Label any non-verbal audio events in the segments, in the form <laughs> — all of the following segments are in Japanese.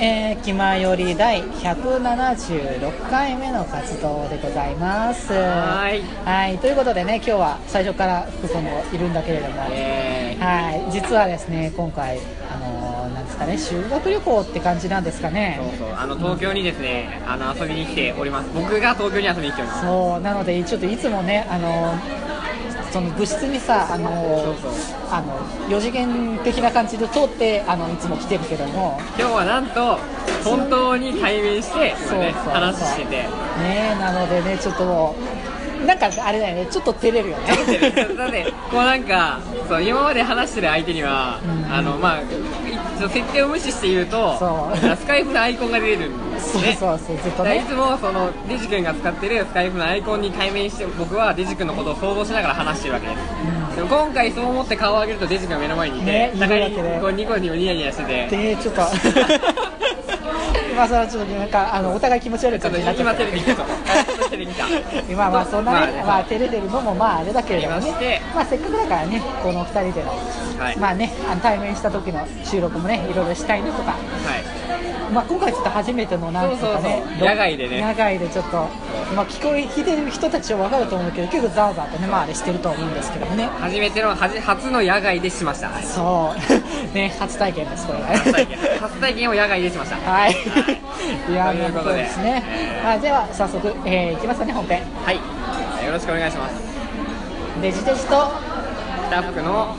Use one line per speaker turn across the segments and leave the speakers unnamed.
えー、気まより第176回目の活動でございます
はい
はいということでね今日は最初から福君もいるんだけれども、
え
はい実はですね今回あのーなんですかね修学旅行って感じなんですかね
ー、そうそうあの東京にですねあの遊びに来ております僕が東京に遊びに来ております
そうなのでちょっといつもねあのその部室にさあの
そうそう
あの4次元的な感じで通ってあのいつも来てるけども
今日はなんと本当に対面して
そう
今ね
そうそう
話してて
ねえなのでねちょっともうなんかあれだよねちょっと照れるよね
だってこうなんかそう今まで話してる相手には、
うん
あのまあいちょ設定を無視して言うと
そう
スカイプのアイコンが出るんです
そう
ね
そうそうずっと
だからい
ね
つもそのデジ君が使ってるスカイプのアイコンに対面して僕はデジ君のことを想像しながら話してるわけです、でも今回そう思って顔を上げるとデジ君が目の前にいて、
ね
互い
いるわけで
にこうニコニコニヤニヤしてて
でちょっと今さらちょっとなんかあのお互い気持ち悪い
ちょ
感
っと
じになっちゃ
今
っ
照
て
れてきたちょっと照れてきた
今まあそんなね、
まあ
まあ、照れてるのもまああれだけれども
ありまして
ね、まあ、せっかくだからねこの2人での、
はい
まあねあの対面した時の収録もねいろいろしたいなとか、
はい
まあ、今回ちょっと初めてのなんとかね
そうそうそう
ど
野外でね
野外でちょっと、まあ、聞こえ聞いてる人たちは分かると思うけど結構ざわざわとね、まあ、あれしてると思うんですけどもね
初めてのはじ初の野外でしました
そう <laughs> ね初体験ですこれがね
初体験初体験を野外でしました
はい
<laughs>
いや
ということ
そ
で
うですね、
えー
まあ、では早速、えーいきますかね本編
はいえーよろしくお願いします
デジデジと
スタッフの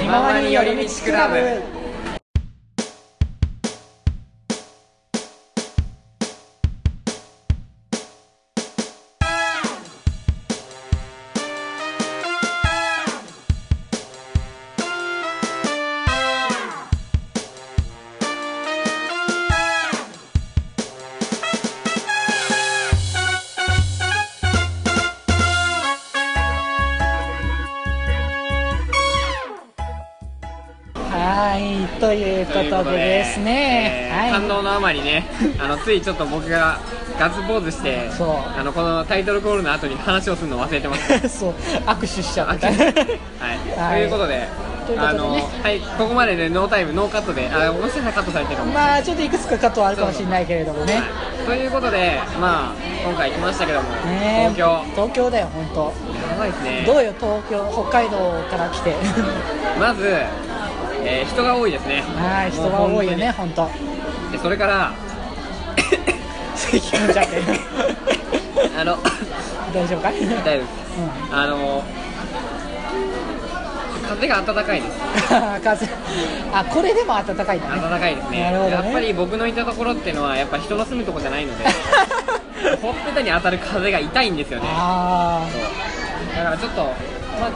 今までに寄り道クラブはいという
という
こ
こと
で
とで
ですね
えー感
は
動のあまりねあのついちょっと僕がガッツポーズして
そう
あのこのタイトルコールの後に話をするの忘れて
<laughs>
ました
い <laughs> そう握手しちゃ
は
っ
い、
た
ということで
ということでね
あのはい、ここまででノータイムノーカットであもしかしたらカットされてるか
<laughs>
も
まあちょっといくつかカットはあるかもしれないけれどもね
はいということで、まあ、今回来ましたけども、
ねえ
東京、
東京だよ本当
やばいですね、
どうよ東京北海道から来て
まず、えー人が多いですね、
<laughs> はい人が多いよね本当
もう本当にでそ
<laughs>
れから、
気持ち悪い <laughs>
<laughs> あの
大丈夫か、うん、
大丈夫ですあの風が暖かいです、
風あこれでも暖かいんだね
暖かいですね、
なるほどね
やっぱり僕のいたところってのは、やっぱ人の住むとこじゃな
<laughs>
いので、ほっぺたに当たる風が痛いんですよね。
あ
そうだからちょっと、まあ、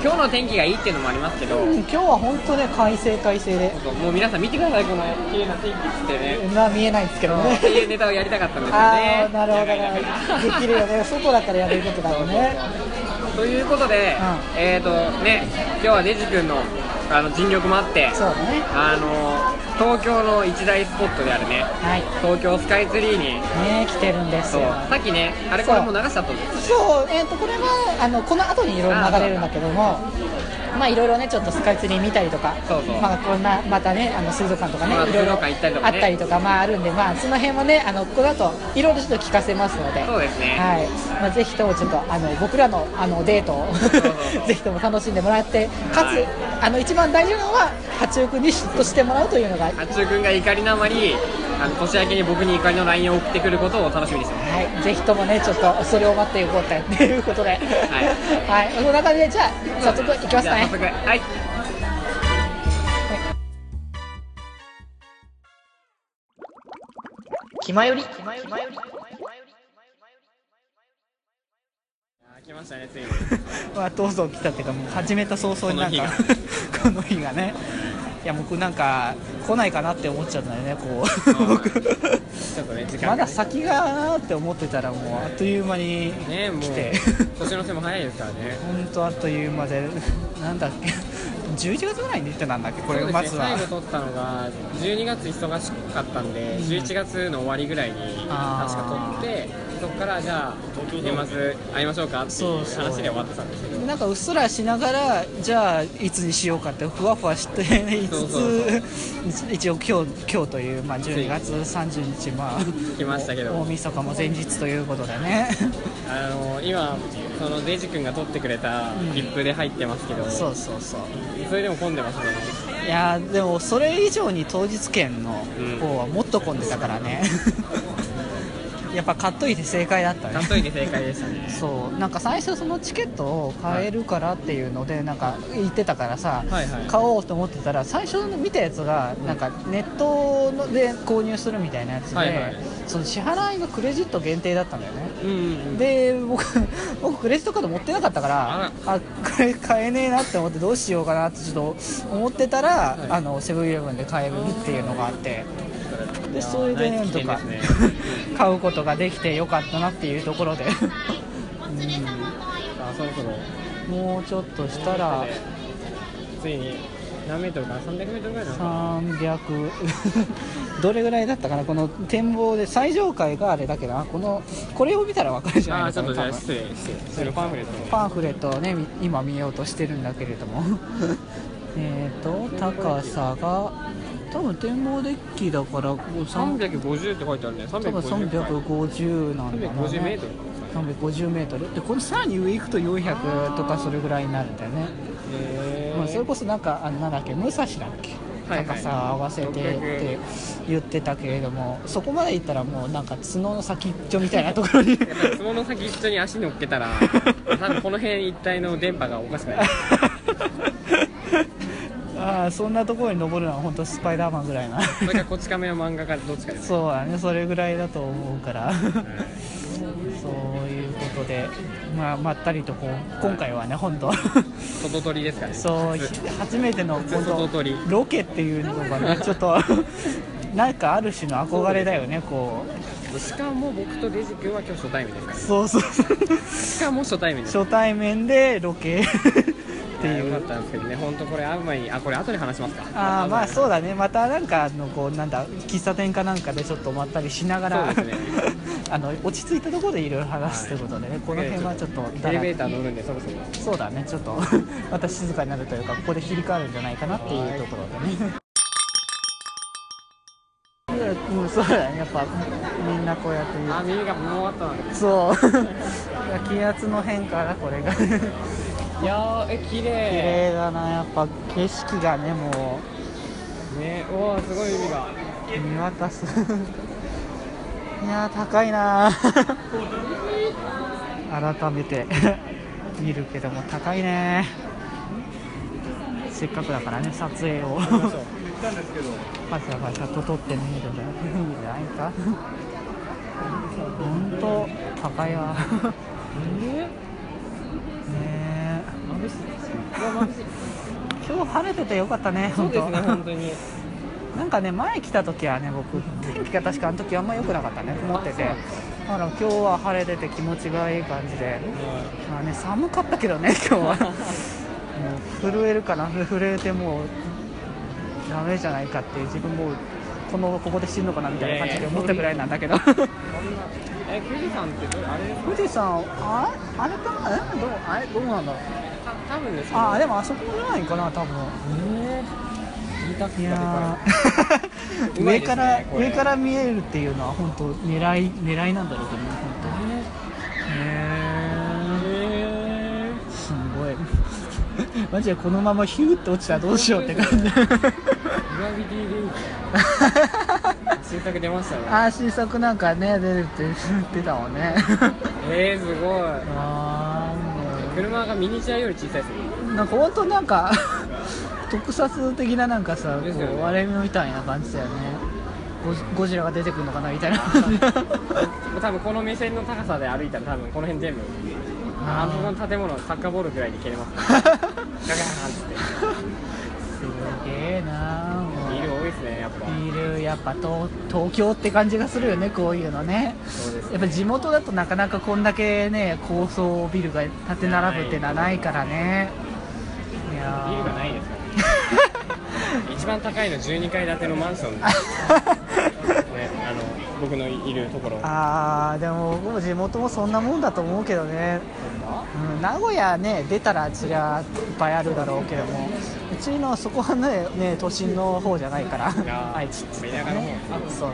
今日の天気がいいっていうのもありますけど、
あ今日は本当ね快晴快晴で
もう皆さん見てください、この綺麗な天気っつってね。
まあ見えないんですけどね
っていうネタをやりたかったんですよ
あ
ね
あ。なるほどねできるよね外だからやれることだ
そ
も
うんそう
ね
そうということで、
う
えっ、とね、今日はデジ君のあの尽力もあって、
そうだね
あの東京の一大スポットであるね、
はい
東京スカイツリーに、
ね来てるんです
そう
よ
さっきね、あれこれもう流しちゃったんです。
そう、えー、とこれはあのこの後にいろいろ流れるんだけどもまあいろいろねちょっとスカイツリー見たりとか
そうそう
まあこんなまたねあの水族館とかね
まあ
いろいろ
水族館行ったりとかね
あったりとかまああるんでまあその辺もねあのこの後いろいろちょっと聞かせますので
そうですね
はい、まあぜひともちょっとあの僕らのあのデートを
そう
<laughs> ぜひとも楽しんでもらってかつ、
はい
あの一番大事なのは八中君に嫉妬してもらうというのが
八中君が怒りのあまり、あの年明けに僕に怒りの LINE を送ってくることを楽しみにしてます。
はい、ぜひともね、ちょっとそれを待っていこうかということで、はい、はい、その中で、じゃあ、早速いきます
じ
か
ゃあ
ね
早。速はい。
気まより。
あ来ましたね、ついに。
はどうぞ来たっていうか、もう始めた早々になんか、この日がね。いや、僕なんか、来ないかなって思っちゃったんだよね、こう、僕。
ちょっとね、時間
ま
が
だ先がなって思ってたら、もうあっという間に
ね、もう
来て。
<laughs> 年の瀬も早いですからね。
本当あっという間で、なんだっけ。11月ぐらいに出てたんだっけ、これ、
そう
ま
で
ず
すね
は。
最後撮ったのが12月忙しかったんで、11月の終わりぐらいに確
あー
か撮ってそこからじゃあ年末会いましょうかっていう
そうそう
話で終わってたんですけど
もなんかうっすらしながらじゃあいつにしようかってふわふわしてい
そ
つ
うそう
つ一応今日今日という、まあ、12月30日、まあ、
来ましたけど
お大晦日も前日ということでね
あの今そのデジ君が取ってくれた切符で入ってますけど、
そうそうそう
それでも混んでますね
いやーでもそれ以上に当日券の方はもっと混んでたからね <laughs> やっぱ買っといて正解だったね
買っといて正解でしたね
そうなんか最初そのチケットを買えるからっていうのでなんか言ってたからさ、
はいはい
買おうと思ってたら最初の見たやつがなんかネットので購入するみたいなやつで、
はいはい
その支払いがクレジット限定だったんだよね
うんうん
で僕 <laughs> 僕クレジットカード持ってなかったからあこれ買えねえなって思ってどうしようかなってちょっと思ってたら、
い
あのセブンイレブンで買えるっていうのがあって
うん
でそれで
ナ
な
イ
ん
ス
と
起
か
点です
<laughs> 買うことができてよかったなっていうとこ
<laughs>
ろで
さあそろそろ
もうちょっとしたら
ついに何メートルかな300メートルぐらいなのかな
300 <laughs> どれぐらいだったかなこの展望で最上階があれだけどなこのこれを見たら分かるじゃ
あ
な
あ
い
ちょっ
の
とじ
か
ゃ
な
あ
多分
失礼失礼そのパンフレット
パンフレットをねみ今見ようとしてるんだけれども <laughs> えっと高さが多分展望デッキだからこう三
三百五十って書いてあるね。三
多
百
分
五十。
350なんだな、
350メー
ね
ト、ル。
350メートルでこのさらに上行くと400とかそれぐらいになるんだよね
え
まあ、それこそなんかあのなんだっけ武蔵だっけ
はいはい
高さ合わせてって言ってたけれどもそこまで行ったらもうなんか角の先っちょみたいなところ
<laughs>
に
やっぱり相撲の先一緒に足乗っけたら、多分この辺一帯の電波がおかしくなる。
ああそんなところに登るのは本当スパイダーマンぐらい
<laughs>
な
それかこち亀の漫画かどっちかです。
そうだねそれぐらいだと思うからそういうことで、まあ、まったりとこう今回はね本当
外鳥ですかね。
そう
普通
初めての
普通外
本当
鳥
ロケっていうのがねちょっ
<laughs>
となんかある種の憧れだよねこう
しかも僕とデジ君は今日初対面ですか
そうそうそう
ら。しかも初対面です。
初対面でロケって
いや
い
よかっ
う
たんですけどね。本当これ会う前に、あこれ後で話しますか。
あーまあ
う。
そうだねまたなんかあのこうなんだ喫茶店かなんかでちょっとまったりしながら、
そうです
<laughs> あの落ち着いたところでいろいろ話すということでね、この辺はちょっと
エレベー
だら
ター乗るんでそろそろ。
そうだねちょっと <laughs> また静かになるというかここで切り替わるんじゃないかなっていうところでね <laughs> うん、そうだねやっぱみんなこうやって言う
あ耳がもうあったな。
そう気圧の変化だこれが
いやーえ綺
綺
麗。
麗だなやっぱ景色がねもう
ねおおすごい海が。
見渡すいやー高いなー <laughs> 改めて <laughs> 見るけども高いねせっかくだからね撮影をパシャパシャと撮ってみるんだよいいんじゃないか本当高いわ
え
ね
ー眩しい。うわ眩しい。
ー今日晴れててよかったね
そうですね、本
本
当に。
当なんかね前来た時はね僕天気が確かあの時あんま良くなかったね曇ってて
あ
だから今日は晴れてて気持ちがいい感じでまあね寒かったけどね
<laughs>
今日はもう震えるかな震えてもうダメじゃないかっていう自分もうこのここで死ぬのかなみたいな感じで思ったぐらいなんだけど
え、富士山ってどれ、あれですか
富士山あれあれかなえどうあれどうなんだろう
た多分ですけど。
あでもあそこじゃないかな多分
えー、見たく
い
て
やー
かうま
上
いです
か
ね
ら、
これ
<laughs> 上から見えるっていうのは本当狙い狙いなんだろうけどね本
い。
当へ
え
えすごい <laughs> マジでこのままヒューって落ちたらどうしようって感じ
ー、グラビティでいい。収穫出ましたね。
<laughs> ああ新作なんかね出るって言ってたもんね <laughs>
えー、すご
あ
い。車がミニチュアより小さいですね。
あもうなんか本当なんか <laughs> 特撮的ななんかさ、
です
こ
よね
う割れ目みたいな感じだよねゴジゴジラが出てくるのかなみたいなあ
多分この目線の高さで歩いたら多分この辺全部あの
ー
この建物サッカーボールぐらいに蹴れますガガーンっつっ
すげえなーもう
てビール多いですねやっぱ
ビールやっぱ東東京って感じがするよねこういうのね
そうです
やっぱ地元だとなかなかこんだけね高層ビルが建て並ぶってのはないからねいや
ビルがないですから、
<laughs>
ね、一番高いの12階建てのマンション、ね、あの僕のいるところ
あーでも僕も地元もそんなもんだと思うけどね
か
うん名古屋ね出たらそりゃいっぱいあるだろうけどもうちのそこはねね都心の方じゃないから
いやー
愛知っつって
田舎の方
ねそうそう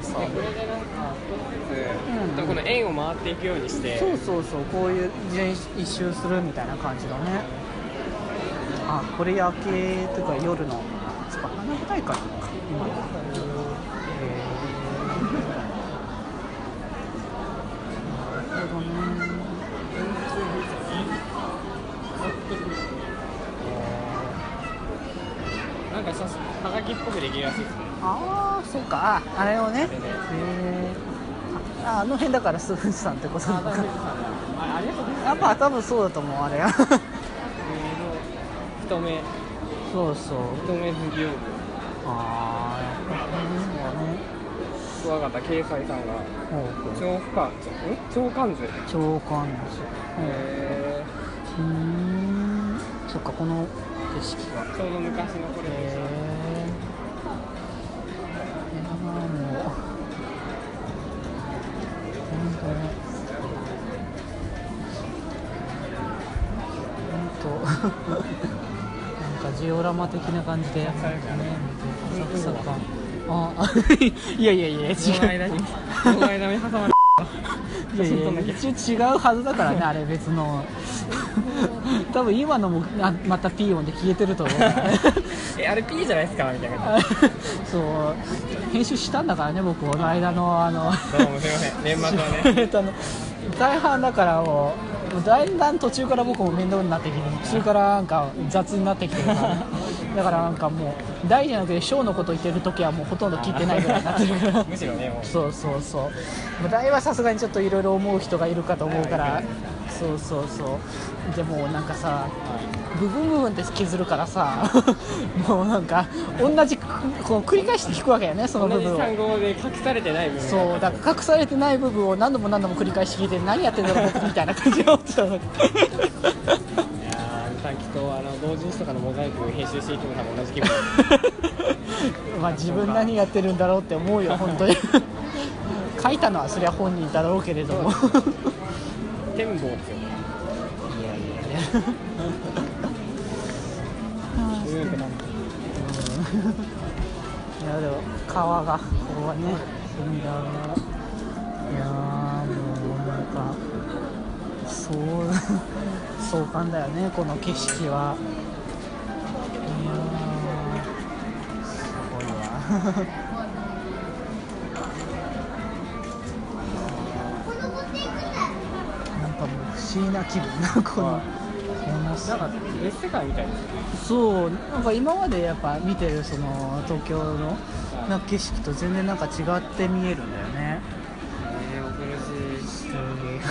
うん、この円を回っていくようにして
そうそうそうこういう全一周するみたいな感じだねあこれ夜景とか夜のつか花火大会か今へえなるほどね
なんかさはがきっぽくできるらしいですね
ああそうかああれをねへえああの辺だからス富士山ってことなのか
あありがとうございます
やっぱ多分そうだと思うあれ
太め
そうそう
太め不業
ああやっぱそうだね
怖かった掲載さんが
ほうほう
超負荷超ん超関税へ
長官の書
え
うーんそっかこの景色がへ
ちょうど昔のこれで
え
した
いやもうなんかねほんとなんかジオラマ的な感じでね見て浅草かあ <laughs> あいやいやいや違う
この間にこの間に挟まれ
いやいや一応違うはずだからねあれ別の <laughs> 多分今のもあまた P 音で消えてると思うから <laughs> ね
えあれ P じゃないですかみたいな感じ
そう編集したんだからね僕この間のあの
どうもすいません年末はね
え <laughs> っとあの大半だからもうもうだんだん途中から僕も面倒になってきて途中からなんか雑になってきてるから、だからなんかもう大じゃなくて小のこと言ってる時はもうほとんど聞いてないぐらいになってるから
むしろねもう
そうそうそう無題はさすがにちょっといろいろ思う人がいるかと思うからそうそうそうでもなんかさ部分部分で削るからさ <laughs> もうなんか同じこう繰り返して弾くわけよねその
同
部
じ
分を
単語で隠されてない部分
そうだから隠されてない部分を何度も何度も繰り返し聞いて何やってんだろう僕みたいな感じが思ってたの
いやーさっきとあの同人誌とかのモザイク編集していきも多分同じ気
<laughs>
分
まあ自分何やってるんだろうって思うよ本当に <laughs> 書いたのはそりゃ本人だろうけれども
展望ですよね
いやいやいや
うんってなる
いやでも川がここはね海だないやーもうなんかそう <laughs> 壮観だよねこの景色はいやーすごいわなんかもう不思議な気分なこのこの
なんか別世界みたいです
そうなんか今までやっぱ見てるその東京のなんか景色と全然なんか違って見えるんだよね
えー、恐ろし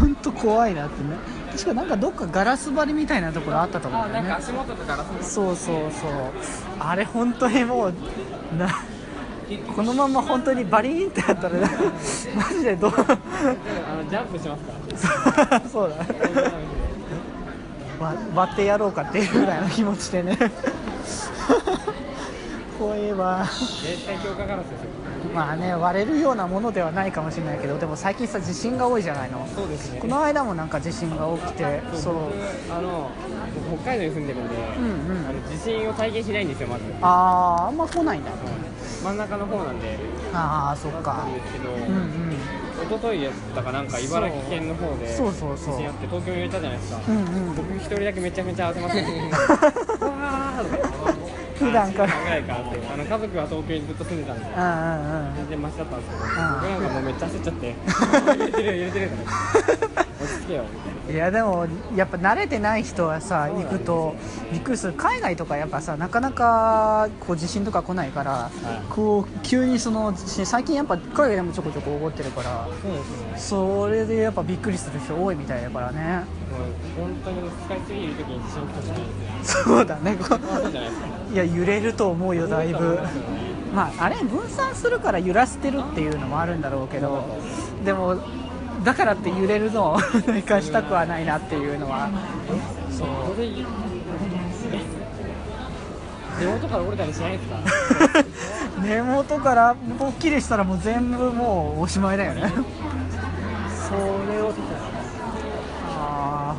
本当怖いなってね確かなんかどっかガラス張りみたいなところあったと思
あ
うんだ
な
よね
んか足元とかガラスの
そうそうそうあれ本当にもうなこのまま本当にバリーンってやったらねマジでどう <laughs>
あのジャンプしますか
そうだわ割ってやろうかっていうぐらいの気持ちでね怖えわ
絶対強化ガラスですよ
まあね割れるようなものではないかもしれないけどでも最近さ地震が多いじゃないの
そうですね
この間もなんか地震が起きてそう
僕あの僕北海道に住んでるんで、
んうん
あの地震を体験しないんですよまず
あーあんま来ないんだ
真ん中の方なんで
ああそっか
なんですけ
う
ど、
んうん
一昨日やったかなんか茨城県の方で
そうそうそうそう
地震あって東京に揺れたじゃないですか、
うんうん
僕一人だけめちゃめちゃ焦ません
<laughs> 普段から
ぐらいからってあの家族は東京にずっと住んでたんで
うんうんうん
全然マシだったんですけど僕
ああ
なんかもうめっちゃ焦っちゃ
<laughs>
って「揺れてるよ揺れてる」落ち着けよ」みたいない
やでもやっぱ慣れてない人はさ行くとびっくりする海外とかやっぱさなかなかこう地震とか来ないから、
い
こう急にその地震最近やっぱ海外でもちょこちょこ起こってるから
そうですね
それでやっぱびっくりする人多いみたいだからね
もう本当にスカイツリーいる時に地震来たじゃないですか
そうだねこ
まあそうじゃないですか
いや揺れると思うよだいぶまああれ分散するから揺らしてるっていうのもあるんだろうけどでもだからって揺れるのを生かしたくはないなっていうのはそう
これ根元から折れたりしないですか
根元からポッキリしたらもう全部もうおしまいだよねそれをあ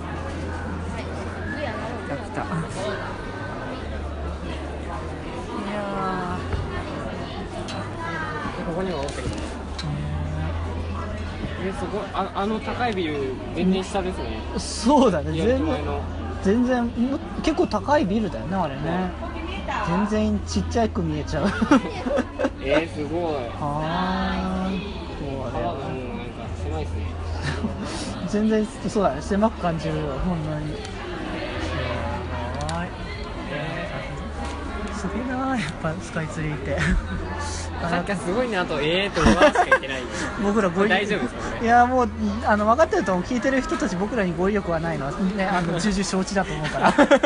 そこああの高いビル全然下ですね
そうだね
リア
全
ル
然
前の
全然も結構高いビルだよねあれね全然ちっちゃく見え <laughs> ちゃう
えー、すごい
はーいそう
川が
だ
も
ね
うなんか狭いですね
全然そうだね狭く感じるよほんまにすごいすげえなやっぱスカイツリーって
さっきはすごいなとええー、と思わしか言ってない
<laughs> 僕ら語彙力
大丈夫ですかこれ
いやもうあの分かってると思う聞いてる人たち僕らに語彙力はないのはねあの重々承知だと思うか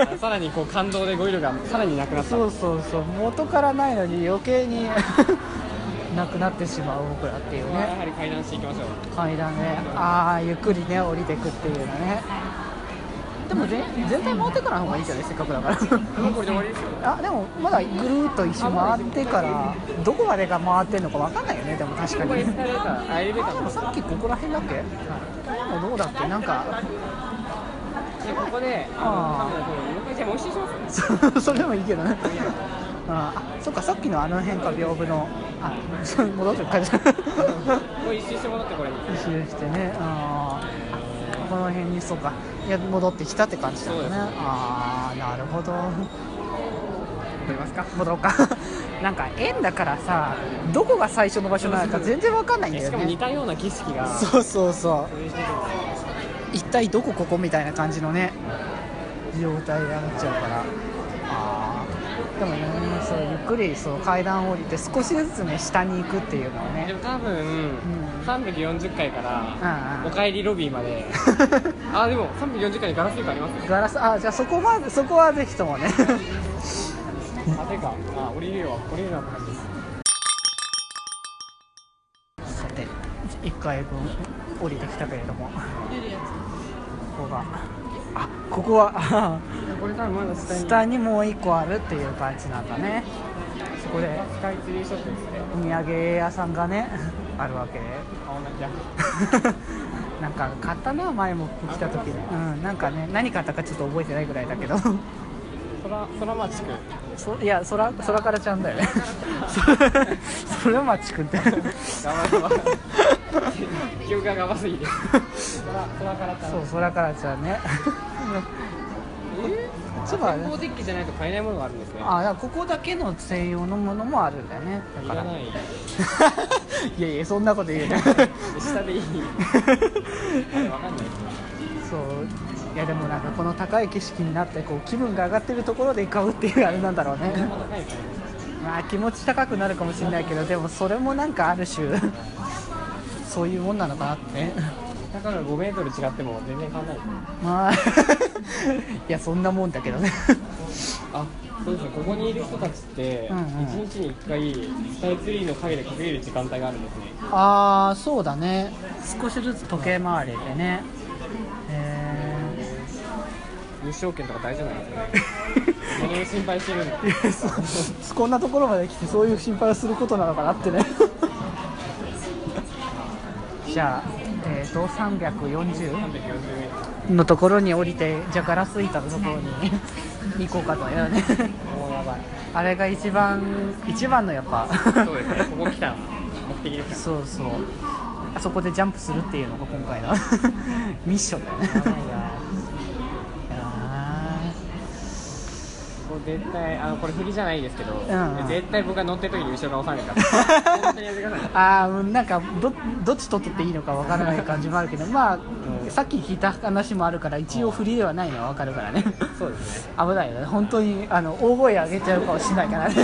ら
さらにこう感動で語彙力がさらになくなった
そうそうそう元からないのに余計に <laughs> なくなってしまう僕らっていう
まあや
ね
はり階段していきましょう
階段ねああゆっくりね降りてくっていうのねでも全全体回ってからの方がいいじゃないせっかくだから <laughs>
もうこれで終わりですよ
あでもまだぐるーっと一周回ってからどこまでが回ってんのか分かんないよねでも確か
これエ
に
スカレーターあエレベータ
あでも
ーも
さっきここら辺だっけ、でもどうだっけなんか
でここであ
あ
の多分これもう一回じゃあもう一周しま
そ
す
<laughs> それでもいいけどねああそっかさっきのあの辺か屏風のあそう戻ってる
<laughs>
感じ一
もう一周して戻ってこれに
周してねあーあこの辺にそうかいや戻ってきたって感じだよ
そう
ね
ですね
ああなるほど
戻りますか
戻ろうか <laughs> なんか円だからさどこが最初の場所なのか全然わかんないんだ
し
よ
かも似
ね
たような景色が
そうそうそう
そういう人でも
一体どこここみたいな感じのね状態になっちゃうからあーでもねそうゆっくりそう階段を降りて少しずつね下に行くっていうのを
で
ね
も多分
ん
340回から
うん
お
うん
かえりロビーま
<laughs>
であでも340回にガラス床ありますよ
ガラスあじゃあそこまでそこはぜひともね
あてかまあ降りるよは降りるような感じです
さて1回分降りてきたけれどもここがあここはあ <laughs>
これ多分まだ下に
下にもう1個あるっていう感じなんだねそこで
スカイツリーショットですね
お土産屋さんがね <laughs> あるわけで
青泣きゃ
なんか買ったな前も来た時にうんなんかね何買ったかちょっと覚えてないぐらいだけど
空空
<laughs>
町くん
そいやそらそらからちゃんだよね <laughs> そそらまちくんって
頑張って記憶がガバ
<laughs>
すぎて空空からた
そうそらからちゃんね
え
そうだね
ー、デッキじゃないと買えないものがあるんですね
あだからここだけの専用のものもあるんだよねだ
い
からら
な
<laughs>
い
いやいやそんなこと言うね
下でいいあれわかんない
そういやでもなんかこの高い景色になってこう気分が上がってるところで買うっていうあれなんだろうね <laughs>
あんま高いからね
まあ気持ち高くなるかもしれないけどでもそれもなんかある種 <laughs> そういうもんなのかなってね <laughs>
だから5メートル違っても全然変わんない
まあ <laughs> いやそんなもんだけどね <laughs>
あそうですねここにいる人たちって
うんうん
1日に1回スカイツリーの陰で隠れる時間帯があるんですね
ああそうだね少しずつ時計回りでねえ
入賞券とか大事なんです <laughs> ね何を心配してるんだ
ーいやそこんなところまで来てそういう心配をすることなのかなってね <laughs> じゃあ、えーと340
340メートル
のところに降りてじゃあガラス板のところに行こうかとよ
<laughs>
ね
もうやばい
あれが一番一番のやっぱ
そうですねここ来た目的ですか
そうそうあそこでジャンプするっていうのが今回
<laughs>
のミッションだよね
らやばいな
あ
これ絶対あのこれ振りじゃないですけど、
ん
絶対僕が乗ってる時に後ろが押された <laughs> ら本当にやめてください
あーなんかどどっち取ってっていいのかわからない感じもあるけどまあ、
うん
さっき聞いた話もあるから一応フリーではないのはわかるからね
そうですね
危ないよね本当にあの大声上げちゃうかもしれないから <laughs> ね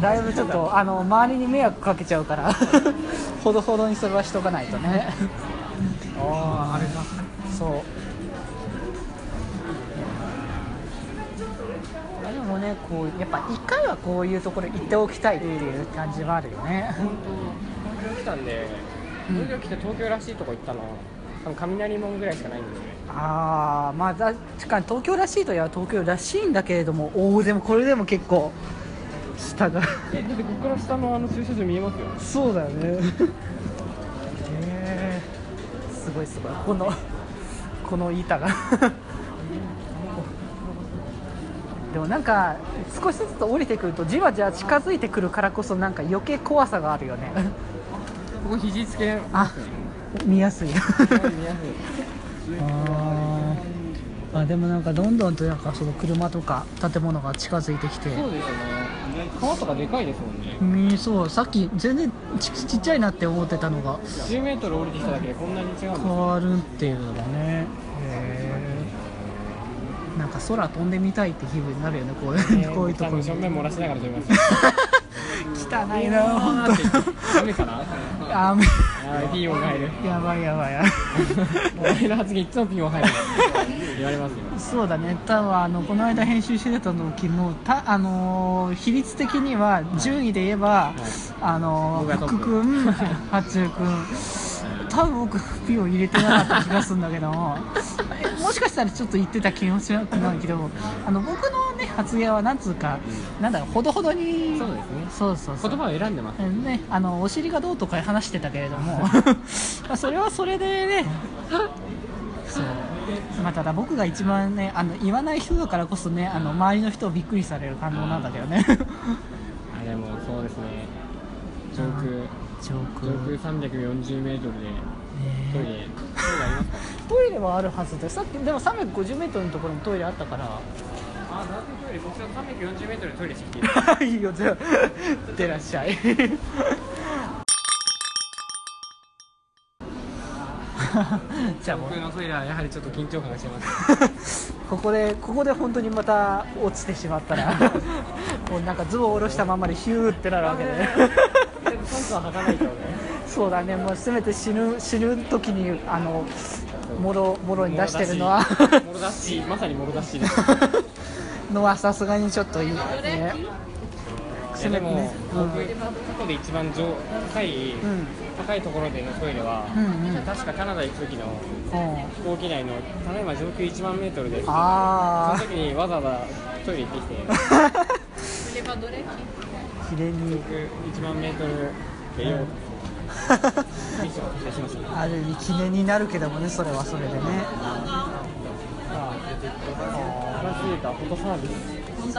だいぶちょっとあの周りに迷惑かけちゃうから <laughs> ほどほどにそれはしとかないとね
あああれか
そうあでもねこうやっぱ一回はこういうところ行っておきたいっていう感じはあるよね、
東京来たんで
うん
東京来て東京らしいとこ行ったの多分雷門ぐらいしかないんですね
ああまあ確かに東京らしいといえば東京らしいんだけれどもおおでもこれでも結構下が
えだってここから下のあの駐車場見えますよ
そうだよねへえすごいすごいこのこの板がでもなんか少しずつ降りてくるとじわじわ近づいてくるからこそなんか余計怖さがあるよね
ここ肘つけ
あ見やすい
見やすい
あーあでもなんかどんどんとなんかその車とか建物が近づいてきて
そうですよね川とかでかいですもんね
うんそうさっき全然ちちっちゃいなって思ってたのが
10メートル降りてきただけでこんなに違うんです
変わるっていうのがねへえなんか空飛んでみたいって気分になるよねこういう,、こういうところ
多分
に
正
汚
面漏らしながら飛びます
いな
あ
本
ーってダメかな
当雨
あーピーヨンが入る
やばいやばいや
お前の発言いつもピーヨン入る言われますよ
そうだね多分あのこの間編集してた時もた、あのー比率的には順位で言えば、あのー、
僕がトップ
福
<laughs>
君八中君多分僕ピを入れてなかった気がするんだけど
<laughs>
もえもしかしたらちょっと言ってた気もしなくないけどあの僕のね発言はなんつうか、なんだろうほどほどに
そうですね
そうそうそう
言葉を選んでます
ね、あのお尻がどうとか話してたけれど
<laughs>
もまあそれはそれでねそう、まあ、ただ僕が一番ねあの言わない人だからこそねあの周りの人をびっくりされる感動なんだけど <laughs> ね
あでもそうですね上空
上空
上空340メートルでト
ね
イレトイレありますか
トイレはあるはずでさっきでも 350m のところにトイレあったから
あ男性トイレ僕は340メートルでトイレしてき <laughs> て
<laughs> いいよじゃあ <laughs> いってらっしゃい <laughs> じゃあもう
僕のトイレはやはりちょっと緊張感がしてます
ここでここで本当にまた落ちてしまった <laughs> らもうなんかズボンを下ろしたままでヒューってなるわけで <laughs>
とりあえずパンツは履かないとね
そうだねもうせめて死ぬ死ぬ時にあのもろもろに出してるのは
もろ出しまさにもろ出しです
<laughs> のはさすがにちょっといいね
いやでも、
うん
僕過去で一番上高い、
うん
高いところでのトイレは、
うんうん
確かカナダ行く時の
うん
飛行機内のただいま上空1万メートルです
あ
その時にわざわざトイレ行ってきて
あひれに
僕1万メートルでよう一緒にしました
ある意味記念になるけどもねそれはそれでね
ガラスイカフォトサービ ス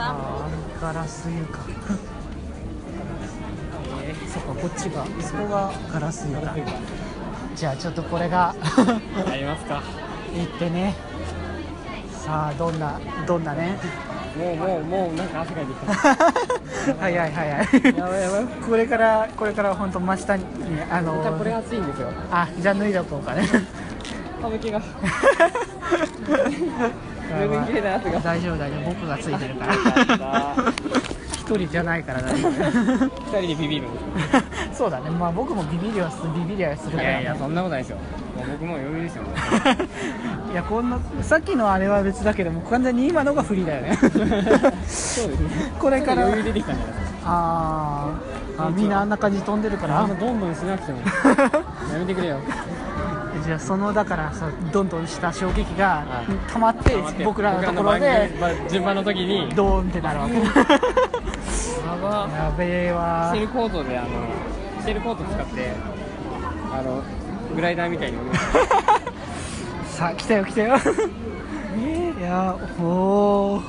<laughs> あーガラス床そっかこっちがそこがガラス床じゃあちょっとこれが <laughs>
やりますか
行ってねさあどんなどんなね <laughs>
もうもうもうなんか汗かいてきた
早い早い
やばいやばい
これからこれから本当真下にあの
これ暑いんですよ
あじゃあ脱いだこうかね
歌舞伎が全然綺麗な汗が
大丈夫大丈夫僕がついてるか
あ
ら
<laughs> よかっ
一人じゃないから大丈夫
二人でビビるんで
<laughs>
す
そうだねまあ僕もビビりはするビビりはする
い
から、
やいやそんなことないですよもう僕も余裕ですよも
<laughs>
う
いやこんなさっきのあれは別だけども完全に今のが不利だよね
そうですね
これから
余裕出てきたんじゃないですか
あーあみんなあんな感じ飛んでるから
あんまどんどんしなくてもやめてくれよ
じゃあそのだからさどんどんした衝撃が
はい
溜まって
黙って
僕らのところで
僕らの番組順番の時に
ドーンってなる
<laughs>
わけだ
やば
やべえわ
シェルコートであのシェルコート使ってあのグライダーみたいに泳ぐ
さあ来たよ来 <laughs> たよねえいやおー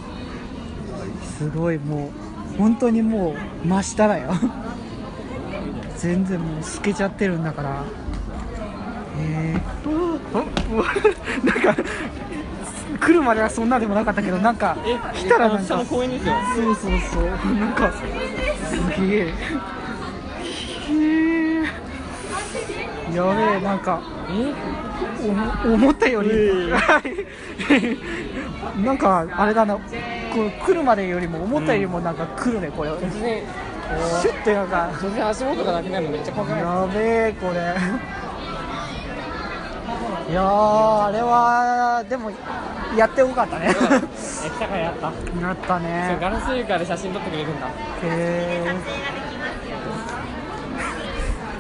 すごいもう本当にもう真下だよ <laughs> 全然もう透けちゃってるんだからえー、うわうわなんか来るまではそんなでもなかったけどなんか
え
来たらなん
下
か
の公園ですよ
そうそうそうなんかすげえへえやべえなんか
え
おも思ったより、 <laughs> なんかあれだなこう来るまでよりも思ったよりもなんか来るねこれ、
突然
シュッてなんか
突然足元がなくなるのめっちゃ怖くない
やべえこれいやーあれはでもやってよかったね
え来たからやった
なった
そう
ね
ガラス床で写真撮ってくれるんだ
へえ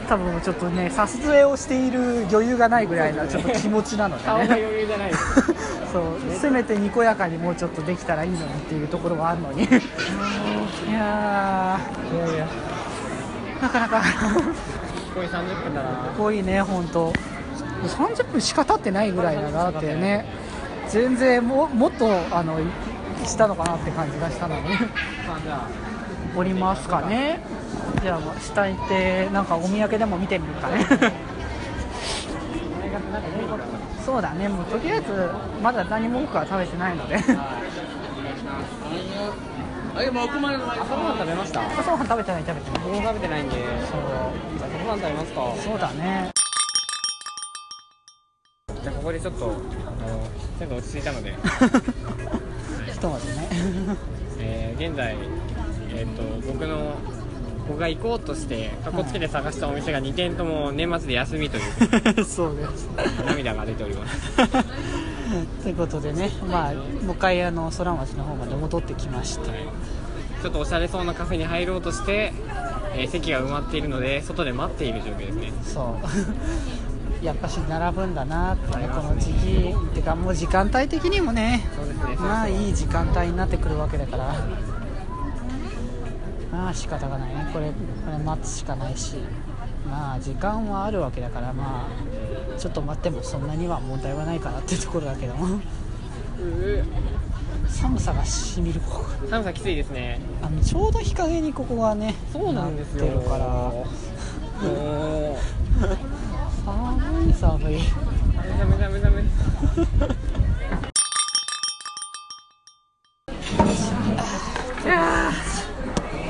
多分ちょっとね撮影をしている余裕がないぐらいなちょっと気持ちなのでね
顔が余裕じゃないです
<laughs> そうせめてにこやかにもうちょっとできたらいいのにっていうところはあるのにいや
いやいや
ーなかなか
これ30分だな
濃いね本当30分しか経ってないぐらいだなってね全然ももっとあのしたのかなって感じがしたのに
まあじゃあ
おりますかねじゃあもう下行ってなんかお土産でも見てみるか
<laughs>
ねそうだねもうとりあえずまだ何も僕は食べてないの
<laughs>
で
あれ、僕までの前、朝ごはん食べました
朝ごはん食べてない食べてない
僕も食べてないんで、
そう
朝ごはん食べますか。
そうだね
じゃあ、ここでちょっと、あの、ちょっと落ち着いたので、
ひとまずね
えー現在、えっと、僕の、僕が行こうとして、かっこつけて探したお店が2店とも年末で休みということ
<laughs>
で、
そうです
涙が出ております。
ということでね、まあ、もう一回あの空町の方まで戻ってきました
はいちょっとおしゃれそうなカフェに入ろうとして、えー席が埋まっているので、外で待っている状況ですね。
そう <laughs> やっぱし並ぶんだなって、ね、この時
あり
期てかもう時間帯的にもね
そうですね。
まあいい時間帯になってくるわけだからまあ仕方がないねこれこれ待つしかないしまあ時間はあるわけだからまあちょっと待ってもそんなには問題はないかなっていうところだけども <laughs> 寒さがしみるここ
寒さきついですね。
あのちょうど日陰にここがね
そうなんですよ。
なってるから
もう。
寒い寒い
ダメダメダメダメ。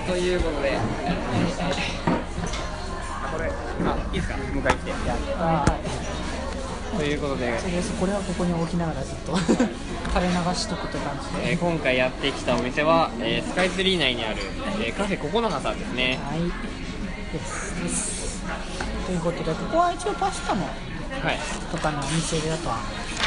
ということで。あ、これ、あ、いいですか、迎え来て。
あ
ということで
あ、とりあえずこれはここに置きながらずっと <laughs> 垂れ流しとくって感じ
え
で
ー今回やってきたお店は、えースカイツリー内にある、えーカフェココの葉さんですね。
はいですですということでここは一応パスタの
はい。
とかのお店だとは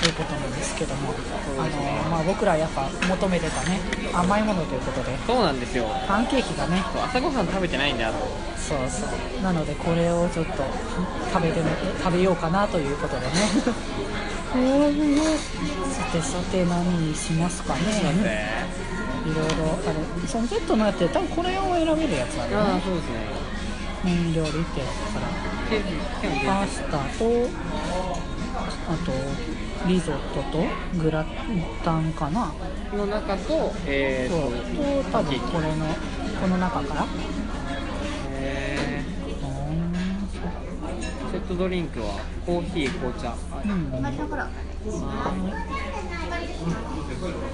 いうことなんですけども、
そうですね
あのまあ、僕らやっぱ求めてたね甘いものということで
そうなんですよ。
パンケーキがね
朝ごはん食べてないんだと。
そうそうなのでこれをちょっと食べてみ食べようかなということ <laughs> でねさてさて何にしますかね
で。
いろいろあれそのセットのやつで多分これを選べるやつだ
ああ、
ね
そうですね。
メイン料理ってやつだから
で
パスタとあとリゾットとグラタンかな
の中と、え
そ
ー
うと多分これのこの中から
え
うーん
ーセットドリンクはコーヒー、紅茶。あ
うんうん
ど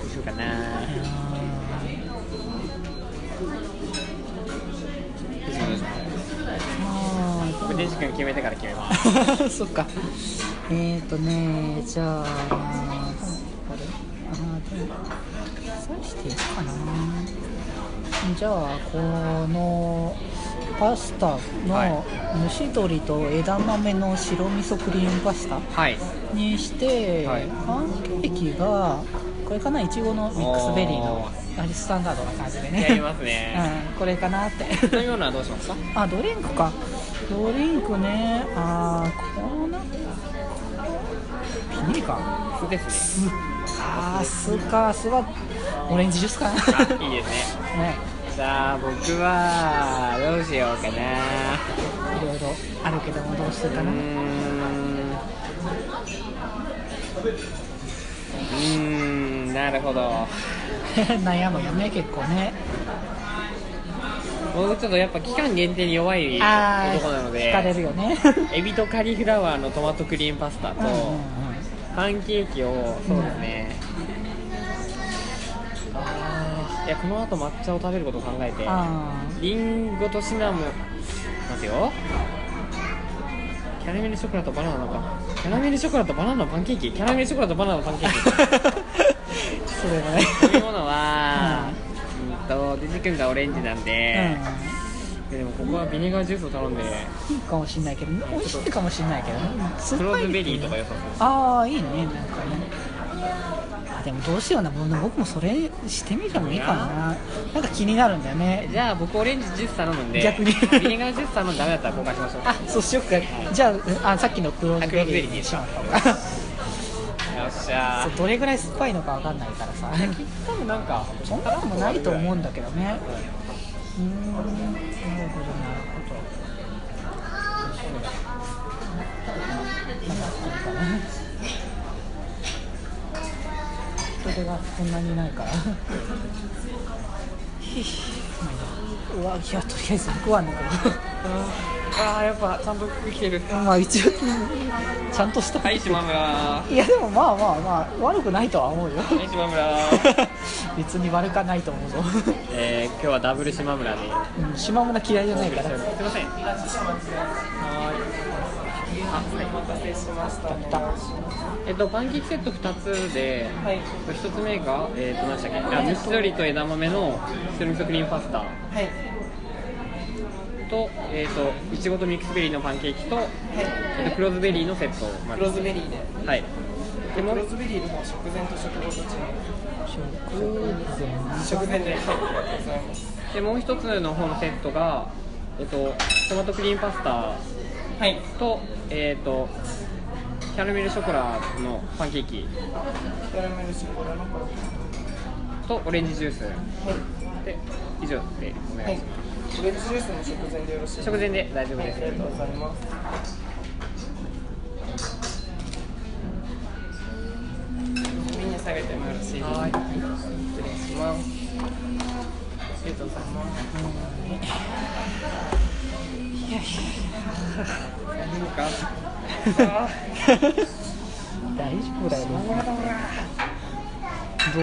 うしようかな。よろしくお願いします
あー
僕、デジ君決めてから決めます。
<laughs> そっか。えっ、ー、とね、じゃあ、これ、あー、でも、そうしていいかな。じゃあ、この。パスタの
は
蒸し鶏と枝豆の白味噌クリームパスタ
はい。
にして、
はい
パンケーキがこれかないちごのミックスベリーの
お
あれスタンダードな感じでね
やりますね。
<laughs> うん、これかなって
飲み物はどうしますか
あドリンクかドリンクねあーこんなピネか
酢ですね。
あー酢か酢はオレンジジュース
<laughs>
か
あ
な、
いいですね。
ね
じゃあ、僕は、どうしようかな。
いろいろあるけどもどうするか
うー
なん <laughs>
うーんなるほど
悩むよね結構ね
僕ちょっとやっぱ期間限定に弱い男
ああ
なの
惹かれ
で
るよね
エビとカリフラワーのトマトクリームパスタと
うんうんうん
パンケーキをそうですねあーいやこの後抹茶を食べることを考えて
あ
リンゴとシナモン待てよキャラメルショコラとバナナのパンキャラメルショコラとバナナのパンケーキキャラメルショコラとバナナのパンケー <laughs> キ
ーそれはね
飲み物は、うんと、デジ君がオレンジなんで、でもここはビネガージュースを頼んで、
うんいいかもしんないけど美味しいかもしんないけどね酸っ
スロ
ぱい
ーズベリーとか良さ
ああいいねなんかねあでもどうしようなもう僕もそれしてみてもいいかななんか気になるんだよ
そう。
ね
じゃあ僕オレンジジュース頼むんで、
逆に
ビネガージュース頼んでダメだったら交換しましょう。
あそうしよっかじゃああさっきのクローズベリーにしよう <laughs> か
よっしゃ
そうどれぐらい酸っぱいのかわかんないからさ
ー。多分なんか、
そんなこともないと思うんだけどねうーんなるほどなるほどなんかこれかな人手がそんなにないからうわいやとりあえず僕はなんか
ああやっぱちゃんと生きてる
まあ一応ちゃんとした
はい島村
いやでもまあまあまあ悪くないとは思う <laughs> よ
はい島村
別に悪かないと思うぞ、
<laughs> えー、今日はダブル島村で
うん、島村嫌いじゃないから
すいませんはいお待たせしましたえっとパンケーキセット2つで
はい
1つ目がえっ、と何でしたっけあ蒸し鶏と枝豆のスルミソクリームパスタ
はい
とえっ、といちごとミックスベリーのパンケーキと、えっと、クローズベリーのセットクローズベリーではいでもうでもう一つの方のセットが、えっと、トマトクリームパスタ
はい
と,、えっとキャラメルショコラのパンケーキとオレンジジュースで以上でお願いしま
オレンジジュースの食前でよろしい
す、食前で大丈夫
はい、
で
あ
す、
りがとうございます。メニュー下げてもよろしいですか。
はい
失礼します。ありがとうござい
<laughs>
ます。
何か
大丈夫だよ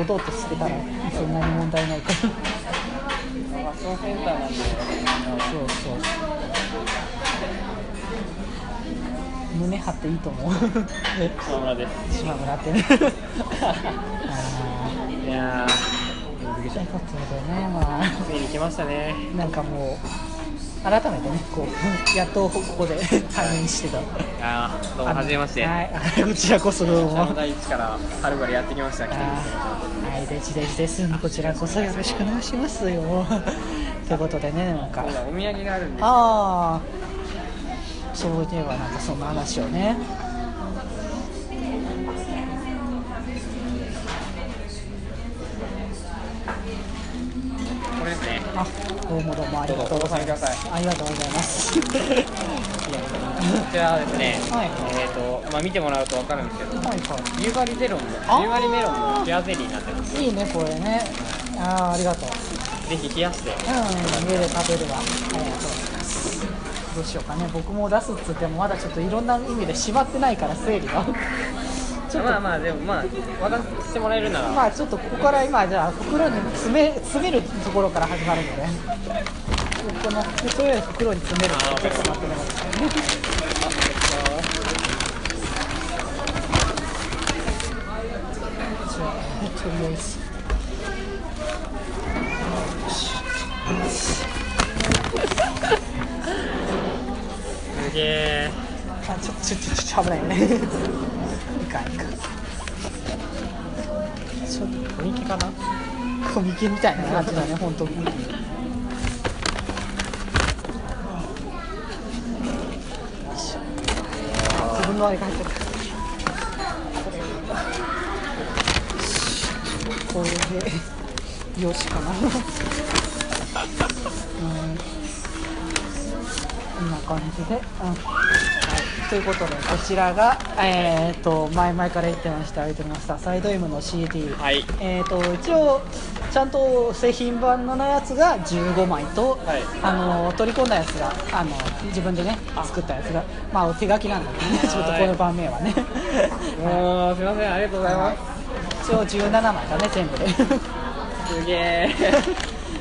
堂々としてたらそんなに問題ないからそう
ファッションセンターなんで、
そう胸張っていいと思う
島村です
島村ってねあ
いや
あ難しいことだよねまあ
ーついに来ましたね
なんかもう改めてねこうやっとここで対面してた
あーどうもはじめまして
はいあこちらこそどうも
北の第一からはるばるやってきました北口先生
はい、デジデジです。こちらこそよろしくお願いしますよ。ということでね、なんか
そう、だお土産があるんで
ああ、そういえばなんかその話をね。
これですね
あ、どうもどうもありがとうございます。ありがとうございます。 <laughs>
こちらはですね、
はい
えっ、と、まあ、見てもらうと分かるんですけど、
はいは
夕張ゼロンの、
あー
夕張メロンのレアゼリーになってます。
い。いいね、これね。ああ、ありがとう。
ぜひ冷やして、
うん、家で食べるわ。ありがとうございます。どうしようかね、僕も出すっつっても、まだちょっといろんな意味で縛ってないから、整理が。ちょっと
まあまあ、でもまあ、渡してもらえるなら、
まあちょっとここから今じゃあ袋に詰め詰めるところから始まるので、この袋より袋に詰めるところちょっと待ってもらっていいですかね。じゃあとりあえず
すげえ。
あちょちょちょちょ危ないよね。 <laughs> いかんいかん。ちょっと
小池かな
コミケみたいな感じだね本当に。自分のあれが入っちゃった。これでよしかな。うんこんな感じで、うんはい、ということでこちらが、えー、と前々から言ってました言ってましたサイド M の CD、
はい。
えー、と一応ちゃんと製品版のやつが15枚と、
はい
あの取り込んだやつがあの自分でね作ったやつが、まあ、お手書きなんだけどねちょっとこの盤面はね
もう、すいません、ありがとうございま
一応17枚だね全部で
す。すげえ。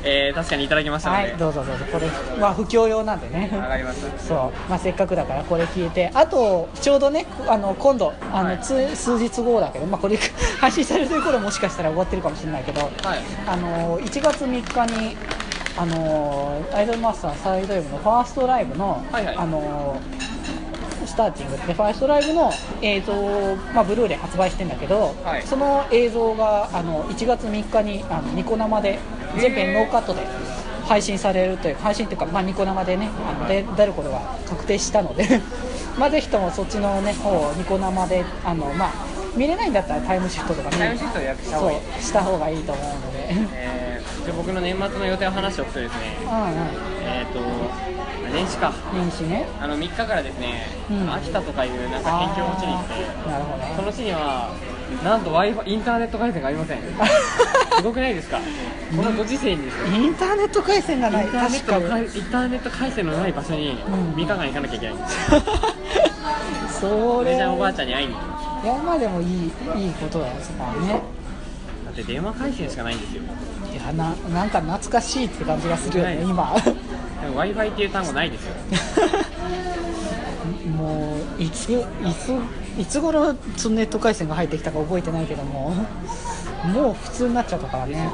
えー、確かにいただきましたの
は
で、
いどうぞどうぞこれは不況用なんでね
上がりました。
そう、まあ、せっかくだからこれ聞いてあとちょうどねあの今度あの、
はい
つ数日後だけど、まあ、これ配信されてる頃もしかしたら終わってるかもしれないけど、
はい。
あの1月3日にあのアイドルマスターサイドウェブのファーストライブの、
はいはい
あのスターティングってファーストライブの映像を、まあ、ブルーレイ発売してんだけど、
はい
その映像があの1月3日にあのニコ生で全編ノーカットで配信されるという配信というか、まあ、ニコ生でねあので出ることが確定したので <laughs> まあぜひともそっちの、ね、方をニコ生であの、まあ、見れないんだったらタイムシフトとか見
タイムシフト予約した方がい
そ
い。
うした方がいいと思うので
えー、じゃあ僕の年末の予定を話しておくとですね、
う
えっ、ー、と、年始か。
んうん年始ね
あの3日からですね、
うん
秋田とかいうなんか県境の地に行って
あーなるほ
<laughs> その地にはなんと w i f i インターネット回線がありません
ど
すごくないですかこのご時世にですよ
インターネット回線が
イ
ない
ンター
確
ネット
か
のか
に
インターネット回線のない場所に
うん
3日間行かなきゃいけないんで
<laughs>
すよ
そ
おじい
れ
ちゃんおばあちゃんに会いに行く
いやまあでもいいいいことだよそこはね
だって電話回線しかないんですよ
いやななんか懐かしいって感じがするよね <laughs> 今
でも w i f i っていう単語ないですよ
もういついついつ頃そのネット回線が入ってきたか覚えてないけどももう普通になっちゃったからね
でも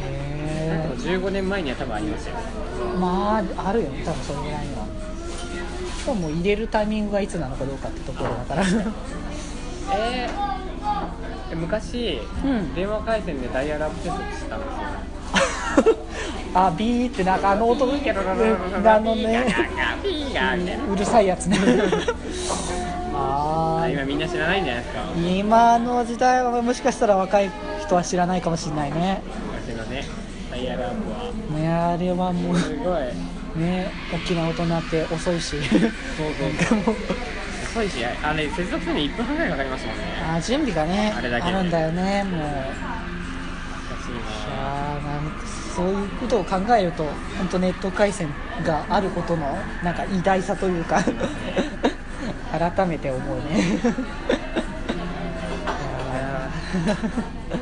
へ
15年前には多分ありますよ
えまああるよね多分それぐらいにはしかも入れるタイミングがいつなのかどうかってところだから <laughs>
えー、昔、
うん
電話回線でダイヤルアップテストしたんですよ
あビーってなんかあの音があのね
ピーガーみたいな
うるさいやつね <laughs> あ
あ
あ
今みんな知らないんじゃないですか
今の時代はもしかしたら若い人は知らないかもしれないね
昔のねダイヤルアップは
ねあれはも
すごい
うんね大きな大人って遅いし <laughs>
<laughs> そうそう
なんかもう
遅いしあれ接続するのに1分半ぐらいかかりますもんね
あ準備がねあ
あれだけで
るんだよねもうい
懐かしいな
やーなんかそういうことを考えると本当ネット回線があることのなんか偉大さというか <laughs> 改めて思うねいやー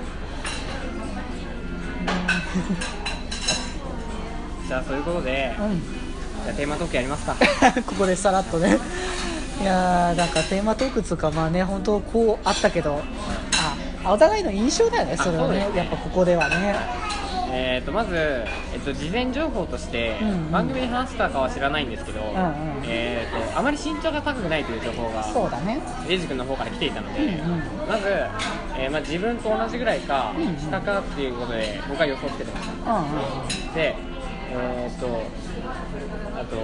じゃあそういうことで
うん
じゃあテーマトークやりますか
<laughs> ここでさらっとねいやーなんかテーマトークつうかまあね本当こうあったけどあお互いの印象だよねそれは
あ
ね
そうですね
やっぱここではね
えっとまず、えっと、事前情報として、
うんうん
番組で話したかは知らないんですけど、
ん
えっとあまり身長が高くないという情報が
そうだね
レイジ君の方から来ていたので、
うんうん
まず、えーまあ、自分と同じぐらいか
うんうん
下かっていうことで僕は予想つけてまし
うんうん
たでえーっとあと,、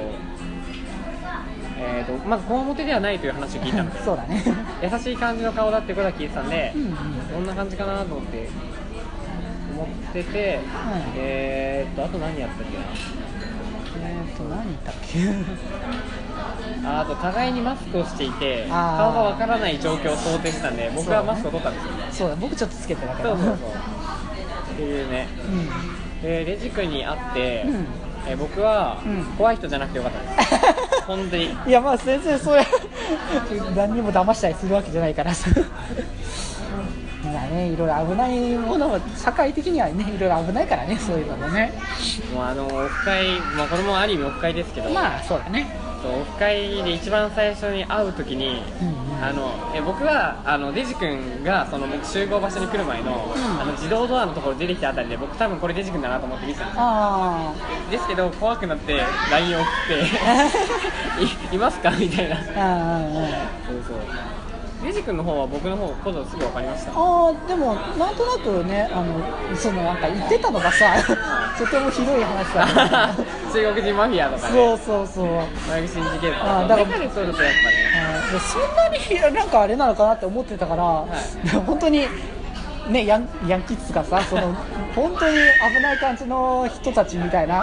えーっとまずこわもてではないという話を聞いたので
<laughs> そうだね
優しい感じの顔だってことは聞いてたんで、
うんうん
どんな感じかなと思って思ってて、えーっとあと何やったっけな
えー、と何言ったっけ <laughs>
ああと互いにマスクをしていて顔
あー
がわからない状況を想定してたんで僕はマスクを取ったんですよ
そうだ僕ちょっとつけてたけ
そ
ど
うそうそうっていうね
うん
でレジ君に会って、
うん
え僕は、
うん
怖い人じゃなくてよかったです
<laughs>
本当に
いやまあ先生それ何にも騙したりするわけじゃないからさまあねいろいろ危ないものは社会的にはねいろいろ危ないからねそういうのもね
もうあのオフ会、まあ、これもある意味オフ会ですけど、
まあそうだね
そうオフ会で一番最初に会う時に、
うんうん
あのえ僕はあのレジ君がその僕集合場所に来る前の,、
うん
あの自動ドアのところ出てきたあたりで僕多分これレジ君だなと思って見てたんで
あ
すですけど怖くなって LINE を送
<laughs>
って <laughs> い「いますか?」みたいな
ああ
そうそうレジ君の方は僕の方ことすぐ分かり
<laughs>
ました
あーでもなんとなくねあのそのなんか言ってたのがさ <laughs> とてもひどい話だ <laughs> った
中国人マフィアとかね
そうそうそう
マグシンジケートと
あ
か
ーだから
メガネ取るとやっぱね
あーでそんなになんかあれなのかなって思ってたから、
い
<laughs> 本当にねヤンヤンキーっつうかさそ <laughs> の本当に危ない感じの人たちみたいな感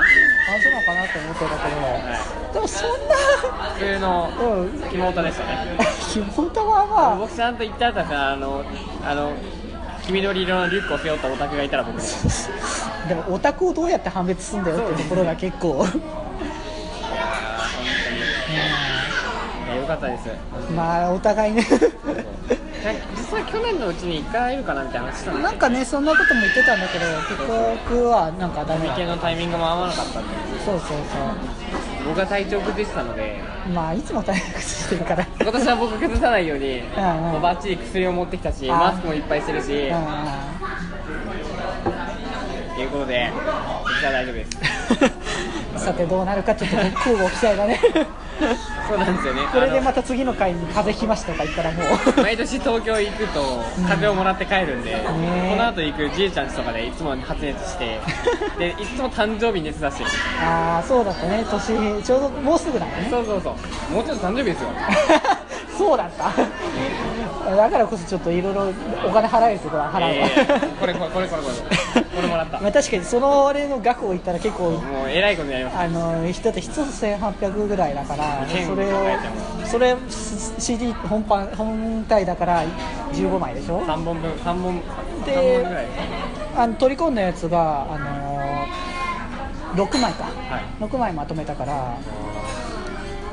じなのかなって思ってたけど、
は
でもそん
普通の
なうん <laughs>
キモオタでしたね
ひもたはまあ
僕ちゃんと言った後からあのあの黄緑色のリュックを背負ったオタクがいたら僕です
でもオタクをどうやって判別するんだよっていうところが結構。
いやー本当にいやよかったです
<laughs> まあお互いね
なんか実際去年のうちに1回会えるかなみたいな話したんで
なんかねそんなことも言ってたんだけど結局はなんかダメだ
会見のタイミングも合わなかったんで
そうそう
僕は体調崩してたので
そうまあいつも大学してるから
今年は僕崩さないように
んうん
もうバッチリ薬を持ってきたし
あー
マスクもいっぱいしてるしとい
あ
うことで私は大丈夫です
あ <laughs> さてどうなるかちょっと空を期待
<laughs>
だね
そうなんですよね
これで
あの
また次の回に風邪ひきましたとか言ったらもう
毎年東京行くと風邪をもらって帰るんで、
ねえ
この後行くじいちゃんちとかでいつも発熱してでいつも誕生日熱出してる
<laughs> ああそうだったね年ちょうどもうすぐだね <laughs>
そうそうそうもうちょっと誕生日ですよ
そうだった <laughs> だからこそちょっといろいろお金払えるところは払うわ、
えーこれこれこれこれこれこれもらっ
<laughs>
た
まあ確かにそのあれの額を言ったら結構
もうえらいことになりまし
あの人って1つ1800ぐらいだから
1000
それを
考えても
それ CD 本版本体だから15枚でしょ
た3本分3本3本
で
ぐらい
あの取り込んだやつが、あのー、6枚か
はい
6枚まとめたから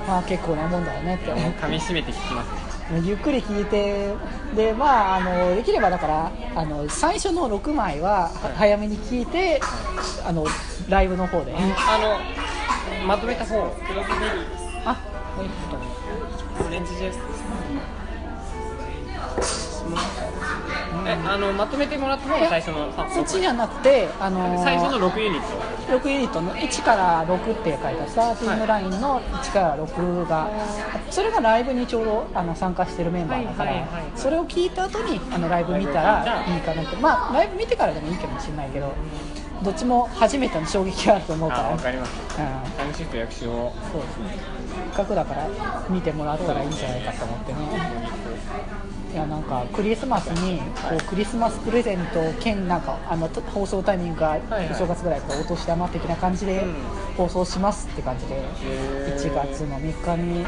まあ結構なもんだよねって思っ
噛み締めて聞きますね
てゆっくり聞いてでまああのできればだからあの最初の6枚はは早めに聞いて、あのライブの方で、
あのまとめた方クロスベリーです
あ
ホイップとオレンジジュースですえあのまとめてもらった方が最初のさ
そっちじゃなくてあのー
最初の6ユニット
6ユニットの1から6って書いたスターティングラインの1から6が、それがライブにちょうどあの参加してるメンバーだから、
はいはいはいはい
それを聞いた後にあのライブ見たらいいかなってまあライブ見てからでもいいかもしれないけどどっちも初めての衝撃があると思うから
あ
う
わ
ん、そ
かりますタイムシフト役所
う
を
ですねせっかくだから見てもらったらいいんじゃないかと思ってねいやなんかクリスマスにこうクリスマスプレゼント兼なんかあのと放送タイミングが
はい
お正月ぐらいこうお年玉的な感じで
うん
放送しますって感じで
へー
1月の3日に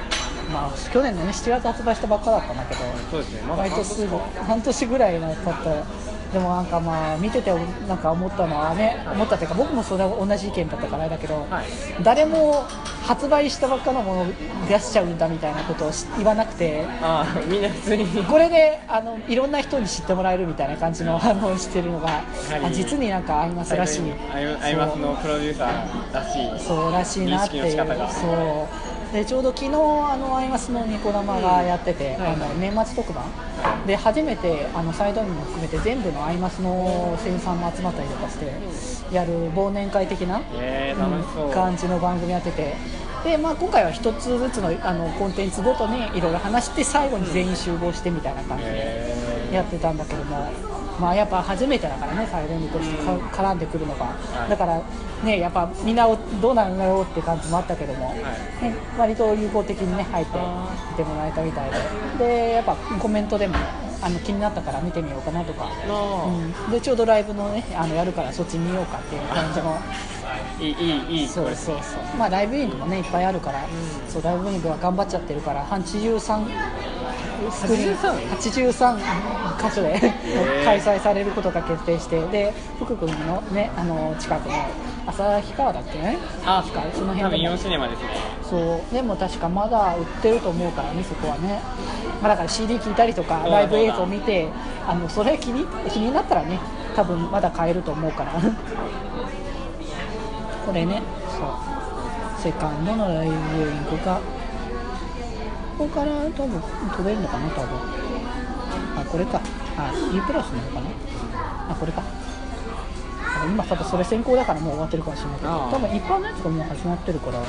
まあ去年のね7月発売したばっかだったんだけど
そうですねまだ
割
半
と
年
すぐ半年ぐらいの経ったでもなんかまあ見ててなんか思ったのはね思ったというか僕もそれは同じ意見だったからあれだけど
はい
誰も発売したばっかのものを出しちゃうんだみたいなことをし言わなくて
あみんな普通に
これであのいろんな人に知ってもらえるみたいな感じの反応をしてるのが
やはり
あ実になんかアイマスらしい
アイアイマスのプロデューサーらしい
そうそうらしいなってい
認
う
識の仕方が
そうでちょうど昨日あのアイマスのニコ生がやってて、
はい
あの年末特番で初めてあのサイドインも含めて全部のアイマスの生産も集まったりとかしてやる忘年会的な
えー、楽しそう、
感じの番組やっててで、まあ、今回は一つずつのあのコンテンツごとにいろいろ話して最後に全員集合してみたいな感じで
え
やってたんだけども、まあ、やっぱ初めてだからねサイドにとしてか絡んでくるのが、
い
だからねやっぱみんなどうなんだろうって感じもあったけども、ね、割と友好的にね入って見てもらえたみたいででやっぱコメントでもあの気になったから見てみようかなとか。
ー、の
うんでちょうどライブのねあのやるからそっち見ようかっていう感じも
いいいいいい
そう
これ
そうそうまあライブイングもねいっぱいあるから、そうライブイングは頑張っちゃってるから83スクリーン
83?
83箇所で開催されることが決定してで福君のねあの近くの旭川だっけね
あ
旭川その
多分
辺
イ
で
オ
も
ンシネマですね
そうでも確かまだ売ってると思うからねそこはね、まあ、だから CD 聞いたりとか
そうだ
ライブ映像見てあのそれ気に気になったらね多分まだ買えると思うからこれねそうセカンドのライブイングがここから多分飛べるのかな多分あこれかあ E プラスなのかなあこれかあ今多分それ先行だからもう終わってるかもしれないけど
ああ
多分一般のやつがもう始まってるから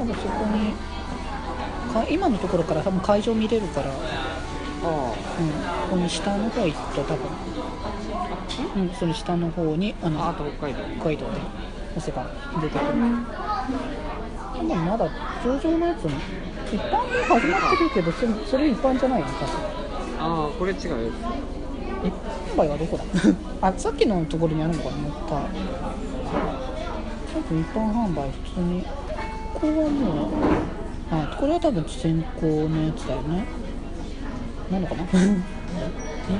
多分そこにか今のところから多分会場見れるから、う
あ
ん、ここに下の方行くと多分、うん、その下の方にあの
あと北海道
北海道で押せば出てくる多分まだ通常のやつも一般に始まってるけどそれそれ一般じゃないよね確か
ああこれ違うよ
一般売はどこだあさっきのところにあるのかなもったい多分一般販売普通にここはもうあこれは多分先行のやつだよねなのかない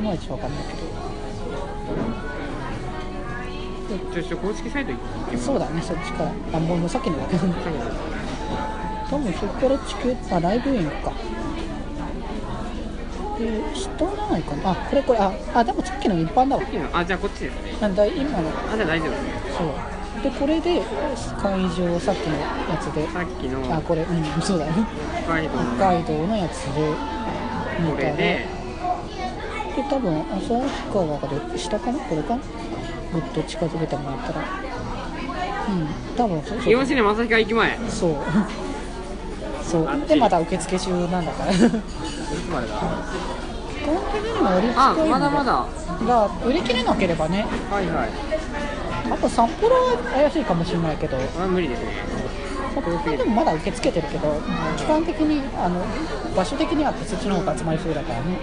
まいちわかんないけど
ちょちょ公式サイト行ってみよ
そうだね、そっちから。あ、もうもうさっきのだけ。多分そこから地球、あ、ライブインか。で、下じゃないかな。あ、これこれ、あ、あでもさっきの一般だわ。
う今あじゃあこっちですね
なんだ、今の、
あじゃあ大丈夫ですね
そう。で、これで、会場、さっきのやつで。
さっきの
あ、これ、うん、そうだね。
北海道
北
の
海道のやつで。
これで
で多分旭川がど下かなこれかぐっと近づけてもらったらうん多分そうそう
イオンシネマ旭川駅前い
そうそうでまだ受付中なんだから
つまでだ
この時にも売り切れ
あまだまだ
が売り切れなければね
はいはい
あと札幌は怪しいかもしれないけど
あ無理ですね
札幌でもまだ受け付けてるけど時間的にあの場所的にはそっちの方が集まりそうだからね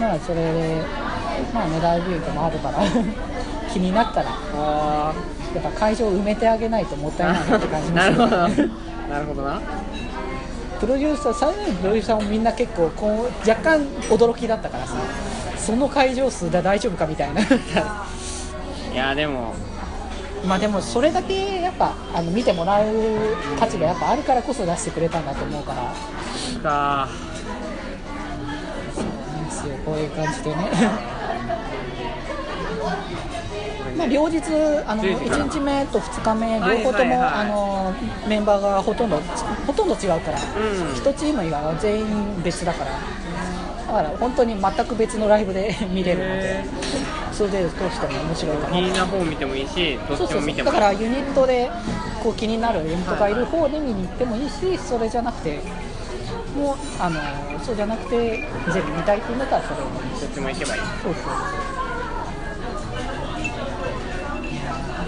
まあそれでまあねライブイングもあるから <laughs> 気になったら
あ
やっぱ会場を埋めてあげないともった
あ
いないなって感じ
なるほど
ますね
なるほどな
プロデューサー最後のプロデューサーもみんな結構こう若干驚きだったからさその会場数だ大丈夫かみたいな <laughs>
いやでも
まあでもそれだけやっぱあの見てもらう価値がやっぱあるからこそ出してくれたんだと思うから
か
いいんですよこういう感じでね <laughs> まあ両日あの
10時から
1日目と2日目
はい
両方と
はいはい
もあのメンバーがほとんどほとんど違うから
うん
1チーム以外は全員別だからだから本当に全く別のライブで <laughs> 見れるので
へ
それで通しても面白いかな
気にな方見てもいいしど
そう
っち
そう
も
そう
見て
だ
も
からユニットでこう気になるユニットがいる方で見に行ってもいいしそれじゃなくてもうあのそうじゃなくて全部見たいっていうんだったらそれを見に行く
どっちも行けばいい
そうそうちょっ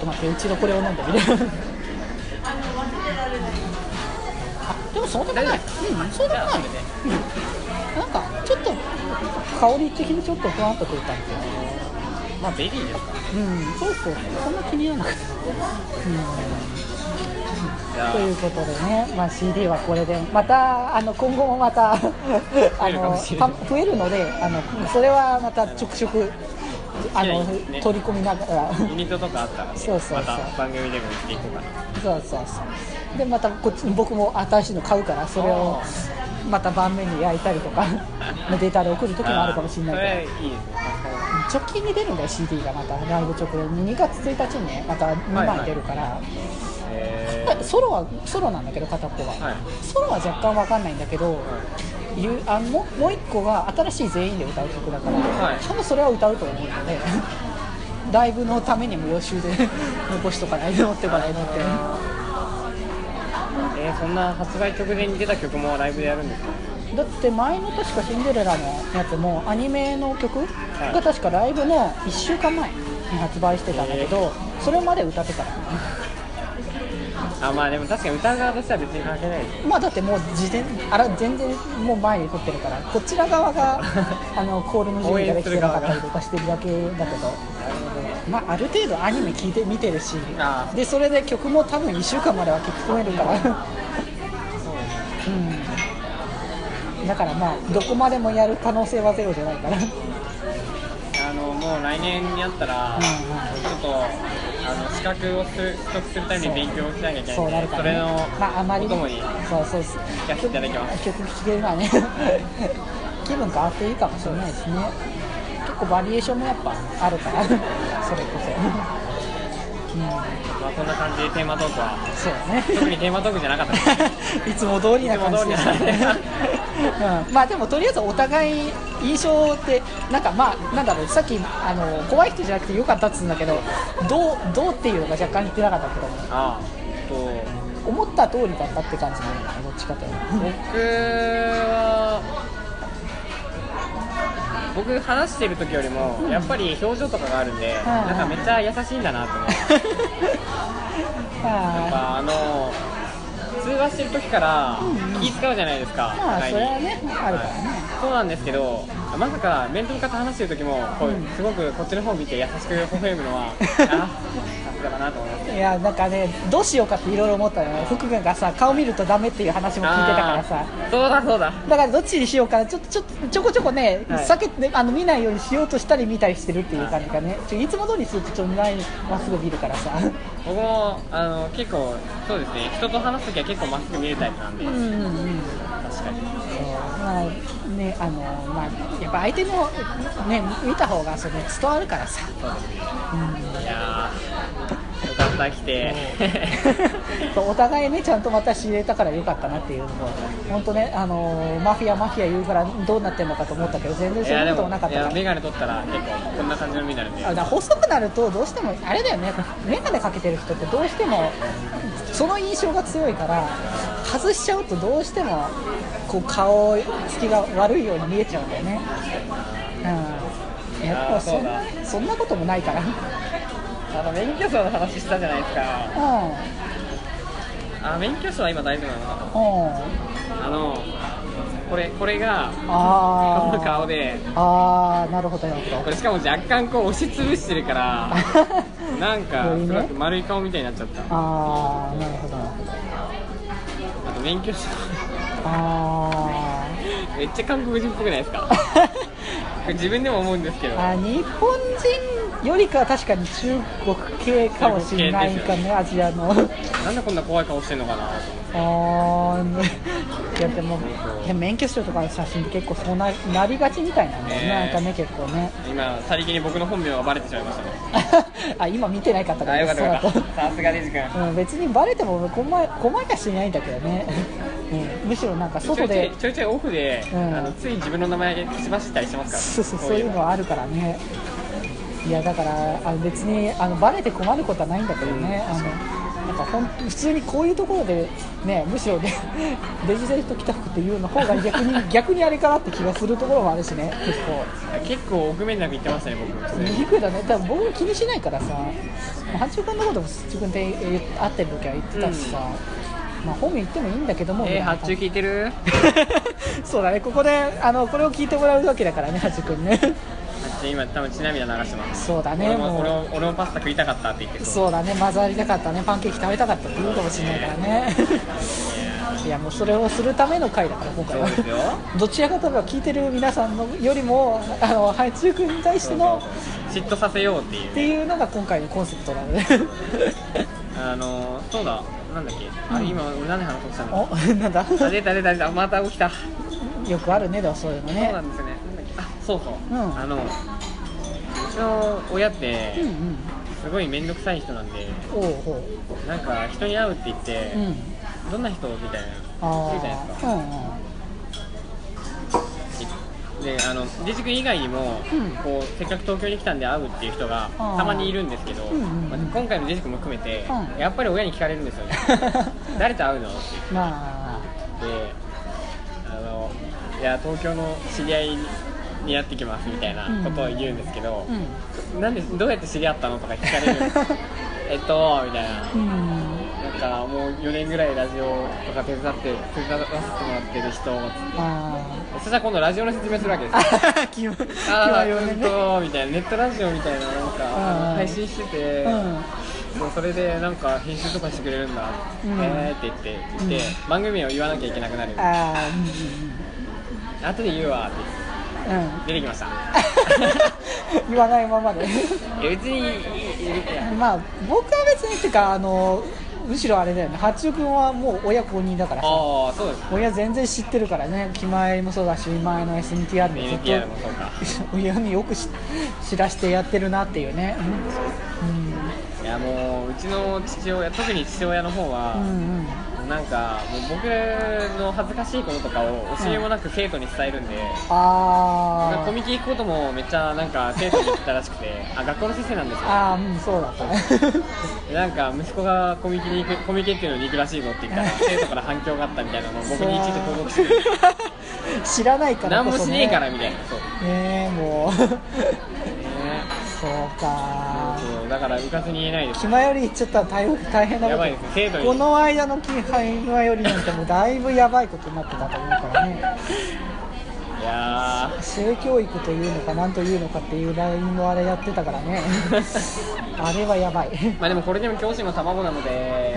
と待って一度これを飲んでみるあでもそうでもないうんそうでもないうんなんかちょっと香り的にちょっとふわっとくる感じ
まあベリーですか
うん、そうそう、そんな気にならなくて。
じゃあ
ということでね、まあ、CD はこれで、またあの今後もま
<laughs>
たあ
えるかも
の
しれない
た増えるのであの、それはまたちょくちょくあ
いや
の、
いいね
取り込みながら、
ユニットとかあったらね
そうそうそう
また番組でも行っていこうかな
そうそうそう、で、またこっち僕も新しいの買うから、それを
あ
また盤面に焼いたり
<laughs>
とか、データで送る時もあるかもしれないけど。
あーそれいいですね
直近に出るんだよ CD がまたライブ直後2月1日にねまた2枚出るから、
え
まあソロはソロなんだけど片っぽは、
はい
ソロは若干わかんないんだけど、ゆあのももう一個が新しい全員で歌う曲だから、
はい
多分それは歌うと思うので <laughs> ライブのためにも予習で <laughs> 残しとかないと持っておかないとって
ーえーそんな発売直前に出た曲もライブでやるんですか
だって前の確かシンデレラのやつもアニメの曲が確かライブの1週間前に発売してたんだけど、それまで歌ってたから
あまあでも確かに歌う側としては別に関係ないですよ
まあだってもう事前あら全然もう前に撮ってるからこちら側 <laughs> があのコールの準備ができてなかったりとかしてるだけだけど。まあ、ある程度アニメ聞いて見てるし
あー
でそれで曲も多分1週間までは聞き込めるから、うん、だからまあどこまでもやる可能性はゼロじゃないから、うん
あのもう来年になった
う
ら、ちょっとあの資格を取得するために勉強しなきゃいけない
そうなる
んで
か
そ
ら、
れの
まあ、あまり
お供に
そうそうそう
聞かせていただきます
曲聴けるのはね <laughs> 気分変わっていいかもしれないですね結構バリエーションもやっぱあるから
<laughs>
それこそ、うん、
まあ、こんな感じでテーマトークは
そうだね
<laughs> 特にテーマトークじゃなかったです
いつも通りな感じでした
いつも通り
ね
だ
うん、まあでもとりあえずお互い印象ってなんかまあなんだろうさっきあの怖い人じゃなくてよかったっつうんだけどどうどうっていうのが若干言ってなかったけど
ああと
思った通りだったって感じなんだねどっちかというと
僕は僕話してる時よりも、やっぱり表情とかがあるんで、
い
なんかめっちゃ優しいんだなと思ってやっ
あ
ぱあの通話してる時から気使うじゃないです
あ
か、
<laughs> まあ
互い
そ
に
れはねあるからね、
そうなんですけどまさか面と向かって話してる時もこう、すごくこっちの方を見て優しく微笑む
<laughs>
のはあさすがだなと思います
いやなんかねどうしようかっていろいろ思ったのよ福君がさ顔見るとダメっていう話も聞いてたからさ
あーそうだそうだ
だからどっちにしようかなちょっとちょっとちょこちょこね、
はい
避けてあの見ないようにしようとしたり見たりしてるっていう感じがねちょいつも通りするとちょっと前にまっすぐ見るからさ
僕もあの結構そうですね人と話す時は結構まっすぐ見るタイプなんで、
うんうんうん
確かに
まあねあのまあやっぱ相手のね見た方がそれ伝わるからさ
そうですね、いやーよかった来て
<laughs> そうお互いねちゃんとまた知れたから良かったなっていうのも本当ねあのマフィアマフィア言うからどうなってるのかと思ったけど
<laughs>
全然
い
そう
や
い
で
うことも
も
なかっ
い
た
や
から
眼鏡取ったら結構こんな感じの目になるんで
あだから細くなるとどうしてもあれだよね眼鏡かけてる人ってどうしてもその印象が強いから外しちゃうとどうしてもこう顔つきが悪いように見えちゃうんだよねうんやっ
あ
ぱ
ー
そんな
そ
そんなこともないから
あの免許証の話したじゃないですか
うん
あ免許証は今大丈夫なのか
うん
なあのこれこれがこ
あ
の
ー
顔で
あーなるほどなるほ
これしかも若干こう押しつぶしてるから
ど
なんか
より
す
ね
ごく丸い顔みたいになっちゃった
あーなるほどなるほど
あと免許証 <laughs>
あ
めっちゃ韓国人っぽくないですか
ー
自分でも思うんですけ
<laughs>
ど
あ日本人よりかは確かに中国系かもしれないか
中国系です
ねアジアの <laughs>
なんでこんな怖い顔してんのかなと思っ
あ
て
ーい <laughs> やでもいや免許証とかの写真って結構そうななりがちみたいなんだよね、
ねえ
なんかね結構ね <laughs>
今さりげに僕の本名がバレてしまいましたね
あ今見てないかったから
あよかったよかっ
そうだ
たさすがレジ君
とうん、別にバレても困い困りはしないんだけどね、うん、むしろなんか外で
ちょいちょいちょいちょいオフで、
うん
あのつい自分の名前口走ったりしてますから
そうそう
こ
そういうのはあるからねいやだからあの別にあのバレて困ることはないんだけどね、あのなんかほん普通にこういうところで、ね、むしろね <laughs> レジデント着た服っていうの方が逆 <laughs> に逆にあれかなって気がするところもあるしね結構
結構奥面なく言ってましたね僕普通に
低いだね多分僕も気にしないからさ八中君のことも自分でえー会ってる時は言ってたしさ、まあ、本名言ってもいいんだけども、
えー、
なんか
発注聞いてる
<laughs> そうだねここであのこれを聞いてもらうわけだからね八中君 <laughs> ね
発注今多分ちなみ流してます
そうだね
俺も俺も俺もパスタ食いたかったって言ってう
そうだね混ざりたかったねパンケーキ食べたかったって言うかもしれないから
<laughs>
ねいやもうそれをするための回だから今回は
そうですよ
どちらかといえば聞いてる皆さんのよりもあの配中君に対しての
嫉妬させようっていう
っていうのが今回のコンセプトな
<laughs>
ので
あのそうだなんだっけ、あれ今俺何話そうとしたんだ
おなんだ
あ出た出た出たまた起きた
よくあるねでもそういうの
そう
ね
なんですよねなんだっけあそうそう、
うん
あのうちの親って
うんうん
すごい面倒くさい人なんで
おうおう
なんか人に会うって言って、
うん
どんな人みたいな
あ
言うじゃないですか
あ
であの自治君以外にも、
うん
こうせっかく東京に来たんで会うっていう人が
あー
たまにいるんですけど、
んうんうん
まあ今回の自治君も含めて、
うん
やっぱり親に聞かれるんです
<laughs>
よね誰と会うのって
うんまあ
言ってあのいや東京の知り合いにやってきますみたいなことを言うんですけど、
うん
なんでどうやって知り合ったのとか聞かれるんです
<laughs>
えっとみたいな
うん
なんかもう4年ぐらいラジオとか手伝って手伝わせてもらってる人
あ
<laughs> そしたら今度ラジオの説明するわけですよ
あ <laughs> 気分気分
あ
よ
ーうん
ね
とみたいなネットラジオみたいななん
あー
か配信してて、
うん
そうそれでなんか編集とかしてくれるんだ、
う
え
ん
えーって言って言って、番組名を言わなきゃいけなくなる
ああうん
後で言うわって
うんうん
出てきました
<laughs> 言わないままで
いや別にいいいいいや
まあ僕は別にっていうかあのむしろあれだよね八中君はもう親公認だからさ
ああそうです
親全然知ってるからね気前もそうだし前の SNTR もずっ
NTR もそうか
と親によくし知らせてやってるなっていうね
いやもううちの父親特に父親の方は、
うんうんうん
なんかもう僕の恥ずかしいこととかを教えもなく生徒に伝えるんで、なんか
あ
コミケ行くこともめっちゃなんか生徒に言ってたらし <laughs> くてあ学校の先生なんで
あ
すよ
ああうんそうだったね
なんか息子がコミケに行くコミケっていうのに行くらしいぞって言ったら生徒から反響があったみたいなのを僕に一時報告して <laughs> くれて
<laughs> 知らないから
何
こ
も
そ、ね、
しねえからみたいなそう
ねえもう
ね
そうか
そうだからうかつに言えないです
気前より行っちゃったら大変大変なこ
や
と
ばいです生徒に
この間の気前よりなんてもうだいぶやばいことになってたと思うからね <laughs>
いや
性教育というのかなんというのかっていう LINE のあれやってたからね <laughs> あれはやばい
ーまあでもこれでも教師の卵なの <laughs> で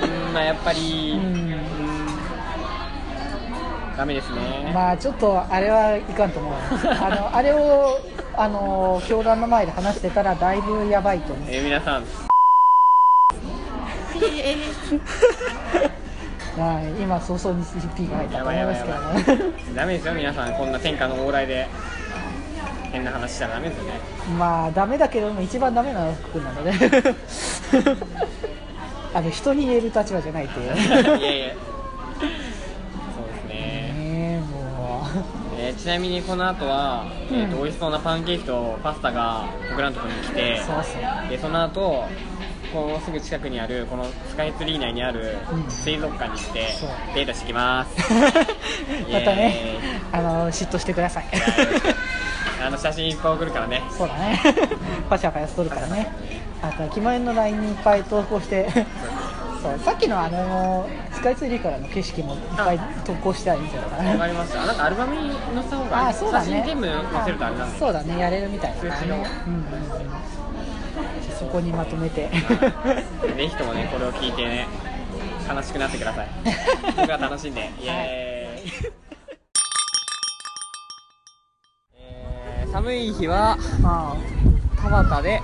うーんまあやっぱり
う
うんーんダメですね、
まあちょっとあれはいかんと思
<laughs>
うあのあれをあの教団の前で話してたらだいぶやばいと思う
えー皆さん
まあ今早々に CP が入ったと思いますけど
やばいやばい
ね
ダメですよ皆さんこんな天下の往来で変な話したらダメですよね
まあダメだけども一番ダメなの服なので <laughs> あの人に言える立場じゃないっていう
<laughs> いやいやそうですね、
ねえも
えーちなみにこの後は、えーと美味しそうなパンケーキとパスタが僕らのところに来て
うそうそう
でその後こうすぐ近くにあるこのスカイツリー内にある
うん
水族館に行って
そう
デートしてきます
<laughs> またねあの嫉妬してください
あの写真いっぱい送るからね
そうだねパシャパシャしとるからねあと駅前の LINE にいっぱい投稿してそうさっきのあのスカイツリーからの景色もいっぱい投稿したらいいんじゃないか
わ
な
かりましたなんかアルバムに載せた方がいい
ああそうだね
写真全部載せるとあれなんで
そうだねやれるみたいだから
通知の
ね、うんうんうん、じゃあそこにまとめて <laughs>
ぜひともね、これを聞いてね、悲しくなってく <laughs> ださい。僕は <laughs> 楽しんで、イエーイ。えー寒い日は
あ
田畑で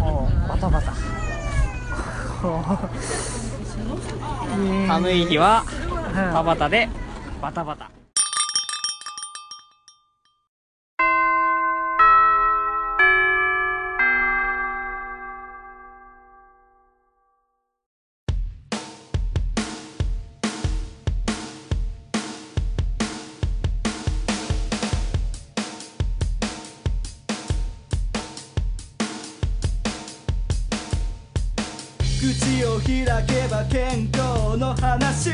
あおうバタバタ
寒い日は田
う
畑でバタバタ
口を開けば健康の話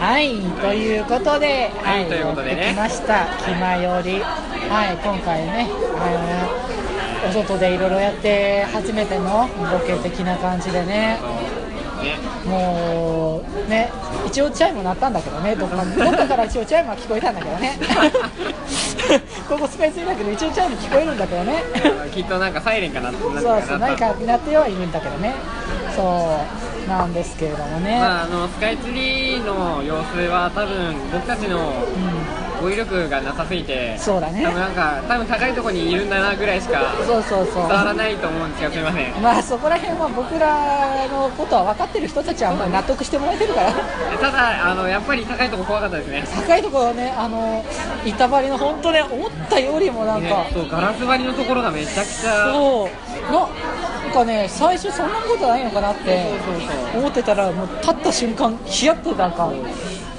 はいということで
はいということでね
やってきました「気まより」はい今回ね、えーお外でいろいろやって初めてのロケ的な感じでね
<laughs> ね
もうね一応チャイム鳴ったんだけどねどっかどっかから一応チャイムは聞こえたんだけど
<laughs>
ねここスペースいなけど一応チャイム聞こえるんだけどね
きっとなんかサイレンかなってな
そうそう
な
何
んか
かなってはいるんだけどねそうなんですけれどもね、
まああのスカイツリーの様子は多分僕たちの
うん、
語彙力がなさすぎて
そうだね
多分なんか多分高いとこにいるんだなぐらいしか
そうそうそう
伝わらないと思うんですよすいません
まあそこら辺は僕らのことは分かってる人たちはまあ納得してもらえてるから
ただあのやっぱり高いとこ怖かったですね
高いところねあの板張りの本当ね思ったよりもなんか
ねそうガラス張りのところがめちゃくちゃ
そうななんかね最初そんなことないのかなって
そうそうそう
思ってたらもう立った瞬間ヒヤッとなんか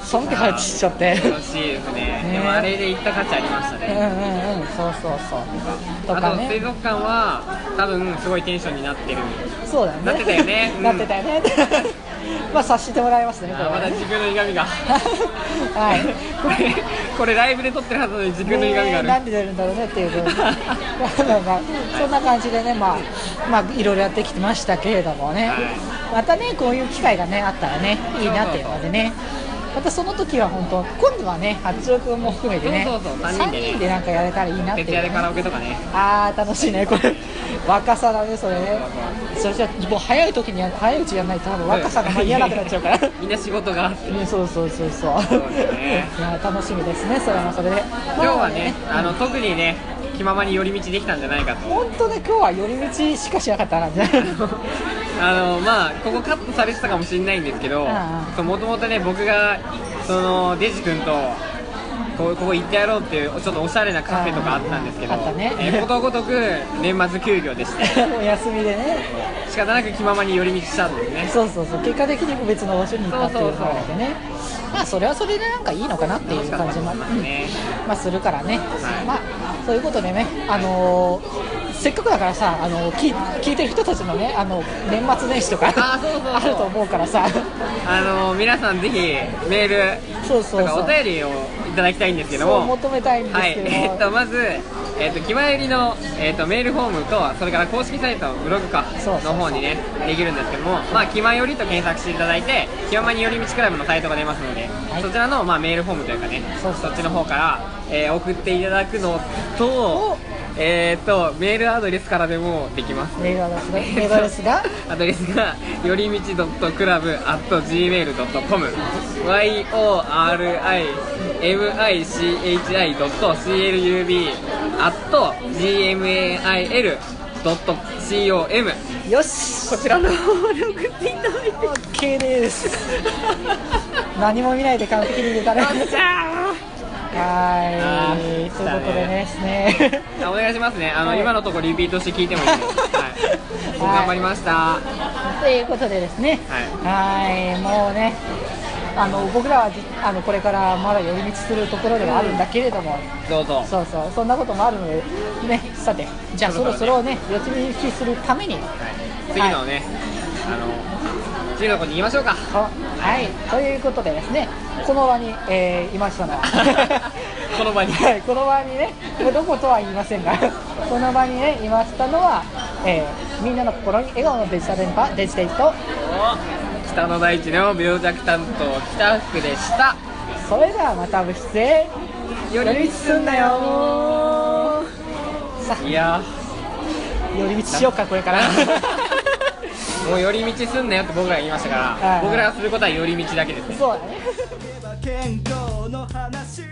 寒気入ってきちゃって
楽しいですね
ね
でもあれで行った価値ありました
うんう
ね
んうんそうそうそうと
あ
か
と水
ね
族館は多分すごいテンションになってる
そうだね
なってたよねうん
なってたよね <laughs> まあ察してもらいましたねこれ
あま
は
だ
ね
時空の歪みが
<laughs>
<laughs>
はい
これこれライブで撮ってるはずなのに時空の歪みがある、
なんで出るんだろうねっていうこと <laughs> まあまあそんな感じでねまあまあいろいろやってきてましたけれどもね、
はい
またねこういう機会がねあったらねいいなっていうのでねまたその時は本当今度はね八郎君も含めてね
そうそうそう
三
三人でね
人でなんかやれたらいいなっていう、
徹
ね
夜で、カラオケとかね
あー楽しいねこれ若さだねそれねそれじゃもう早い時にや早いうちやんないと多分若さが間に合わなくなっちゃう <laughs> から
みんな仕事があって
ねそうそうそうそう
そうですね
<laughs> いや楽しみですねそれもそれで
今日はねあの特にね気ままに寄り道できたんじゃないかと
本当ね今日は寄り道しかしなかったなみた <laughs> いな
あのまあここカットされてたかもしれないんですけど
ああ
もともとね僕がそのデジ君とこうここ行ってやろうっていうちょっとおしゃれなカフェとかあったんですけど
ああったね
えーことごとく年末休業でして
お休みでね
仕方なく気ままに寄り道したんですね
そうそうそう結果的に別の場所に行ったっていうのがあってねまあそれはそれでなんかいいのかなっていう感じも、うん
楽しかったですね
まあするからね、
い
まあそういうことでねあのーせっかくだからさ、あのー聞い聞いてる人たちのねあの年末年始とか
あそうそうそう
あると思うからさ
あの皆さんぜひメール
そうそ
と
う
か
そ
お
う
便りをいただきたいんですけど
そう
も
求めたいんです
はい、
けど
えっとまず、えっと、気前入りの、えっと、メールフォームとそれから公式サイトブログか
そうそうそう
の方にねできるんですけども、まあ、気前よりと検索していただいて気ままに寄り道クラブのサイトが出ますので、
い
そちらの、まあ、メールフォームというかね
そうそう
そっちの方から、えー送っていただくのとえっとメールアドレスからでもできます
メールアドレスがメールアドレスが
アドレスがよりみち .club.gmail.com yorimichi.club.gmail.com
よし
こちらの方に送っていただいて
OK です何も見ないで完璧に出たねは
じゃあ
ーい
ー
ということでですね
あお願いしますねあの、
はい
今のところリピートして聞いてもいいです
<laughs>
はい、
はい
頑張りましたは
ということでですねはいもうねあの僕らはじあのこれからまだ寄り道するところではあるんだけれども、
いどうぞ
そうそうそんなこともあるのでねさてじゃあそ
そろ
ろ
そ
そろ
ろ
ね寄り道するために
はい、次のね、あの次の子に言いましょ
<laughs>
うか
こはいということでですねこの場に、えーいましたの <laughs> は
この場に
はい、この場にね、どことは言いません
<laughs>
が、この場にね、いましたのは、えーみんなの心に笑顔のデジタル電波、デジデイと、
北の大地の病弱担当北福でした
それではまた部室へ、
寄り道すんなよ
さあ
いや
寄り道しようか、これ
<laughs>
から。
ーもう寄り道すんなよって僕らが言いましたから、
はい
僕らがすることは寄り道だけですね
そうだね。
健康の話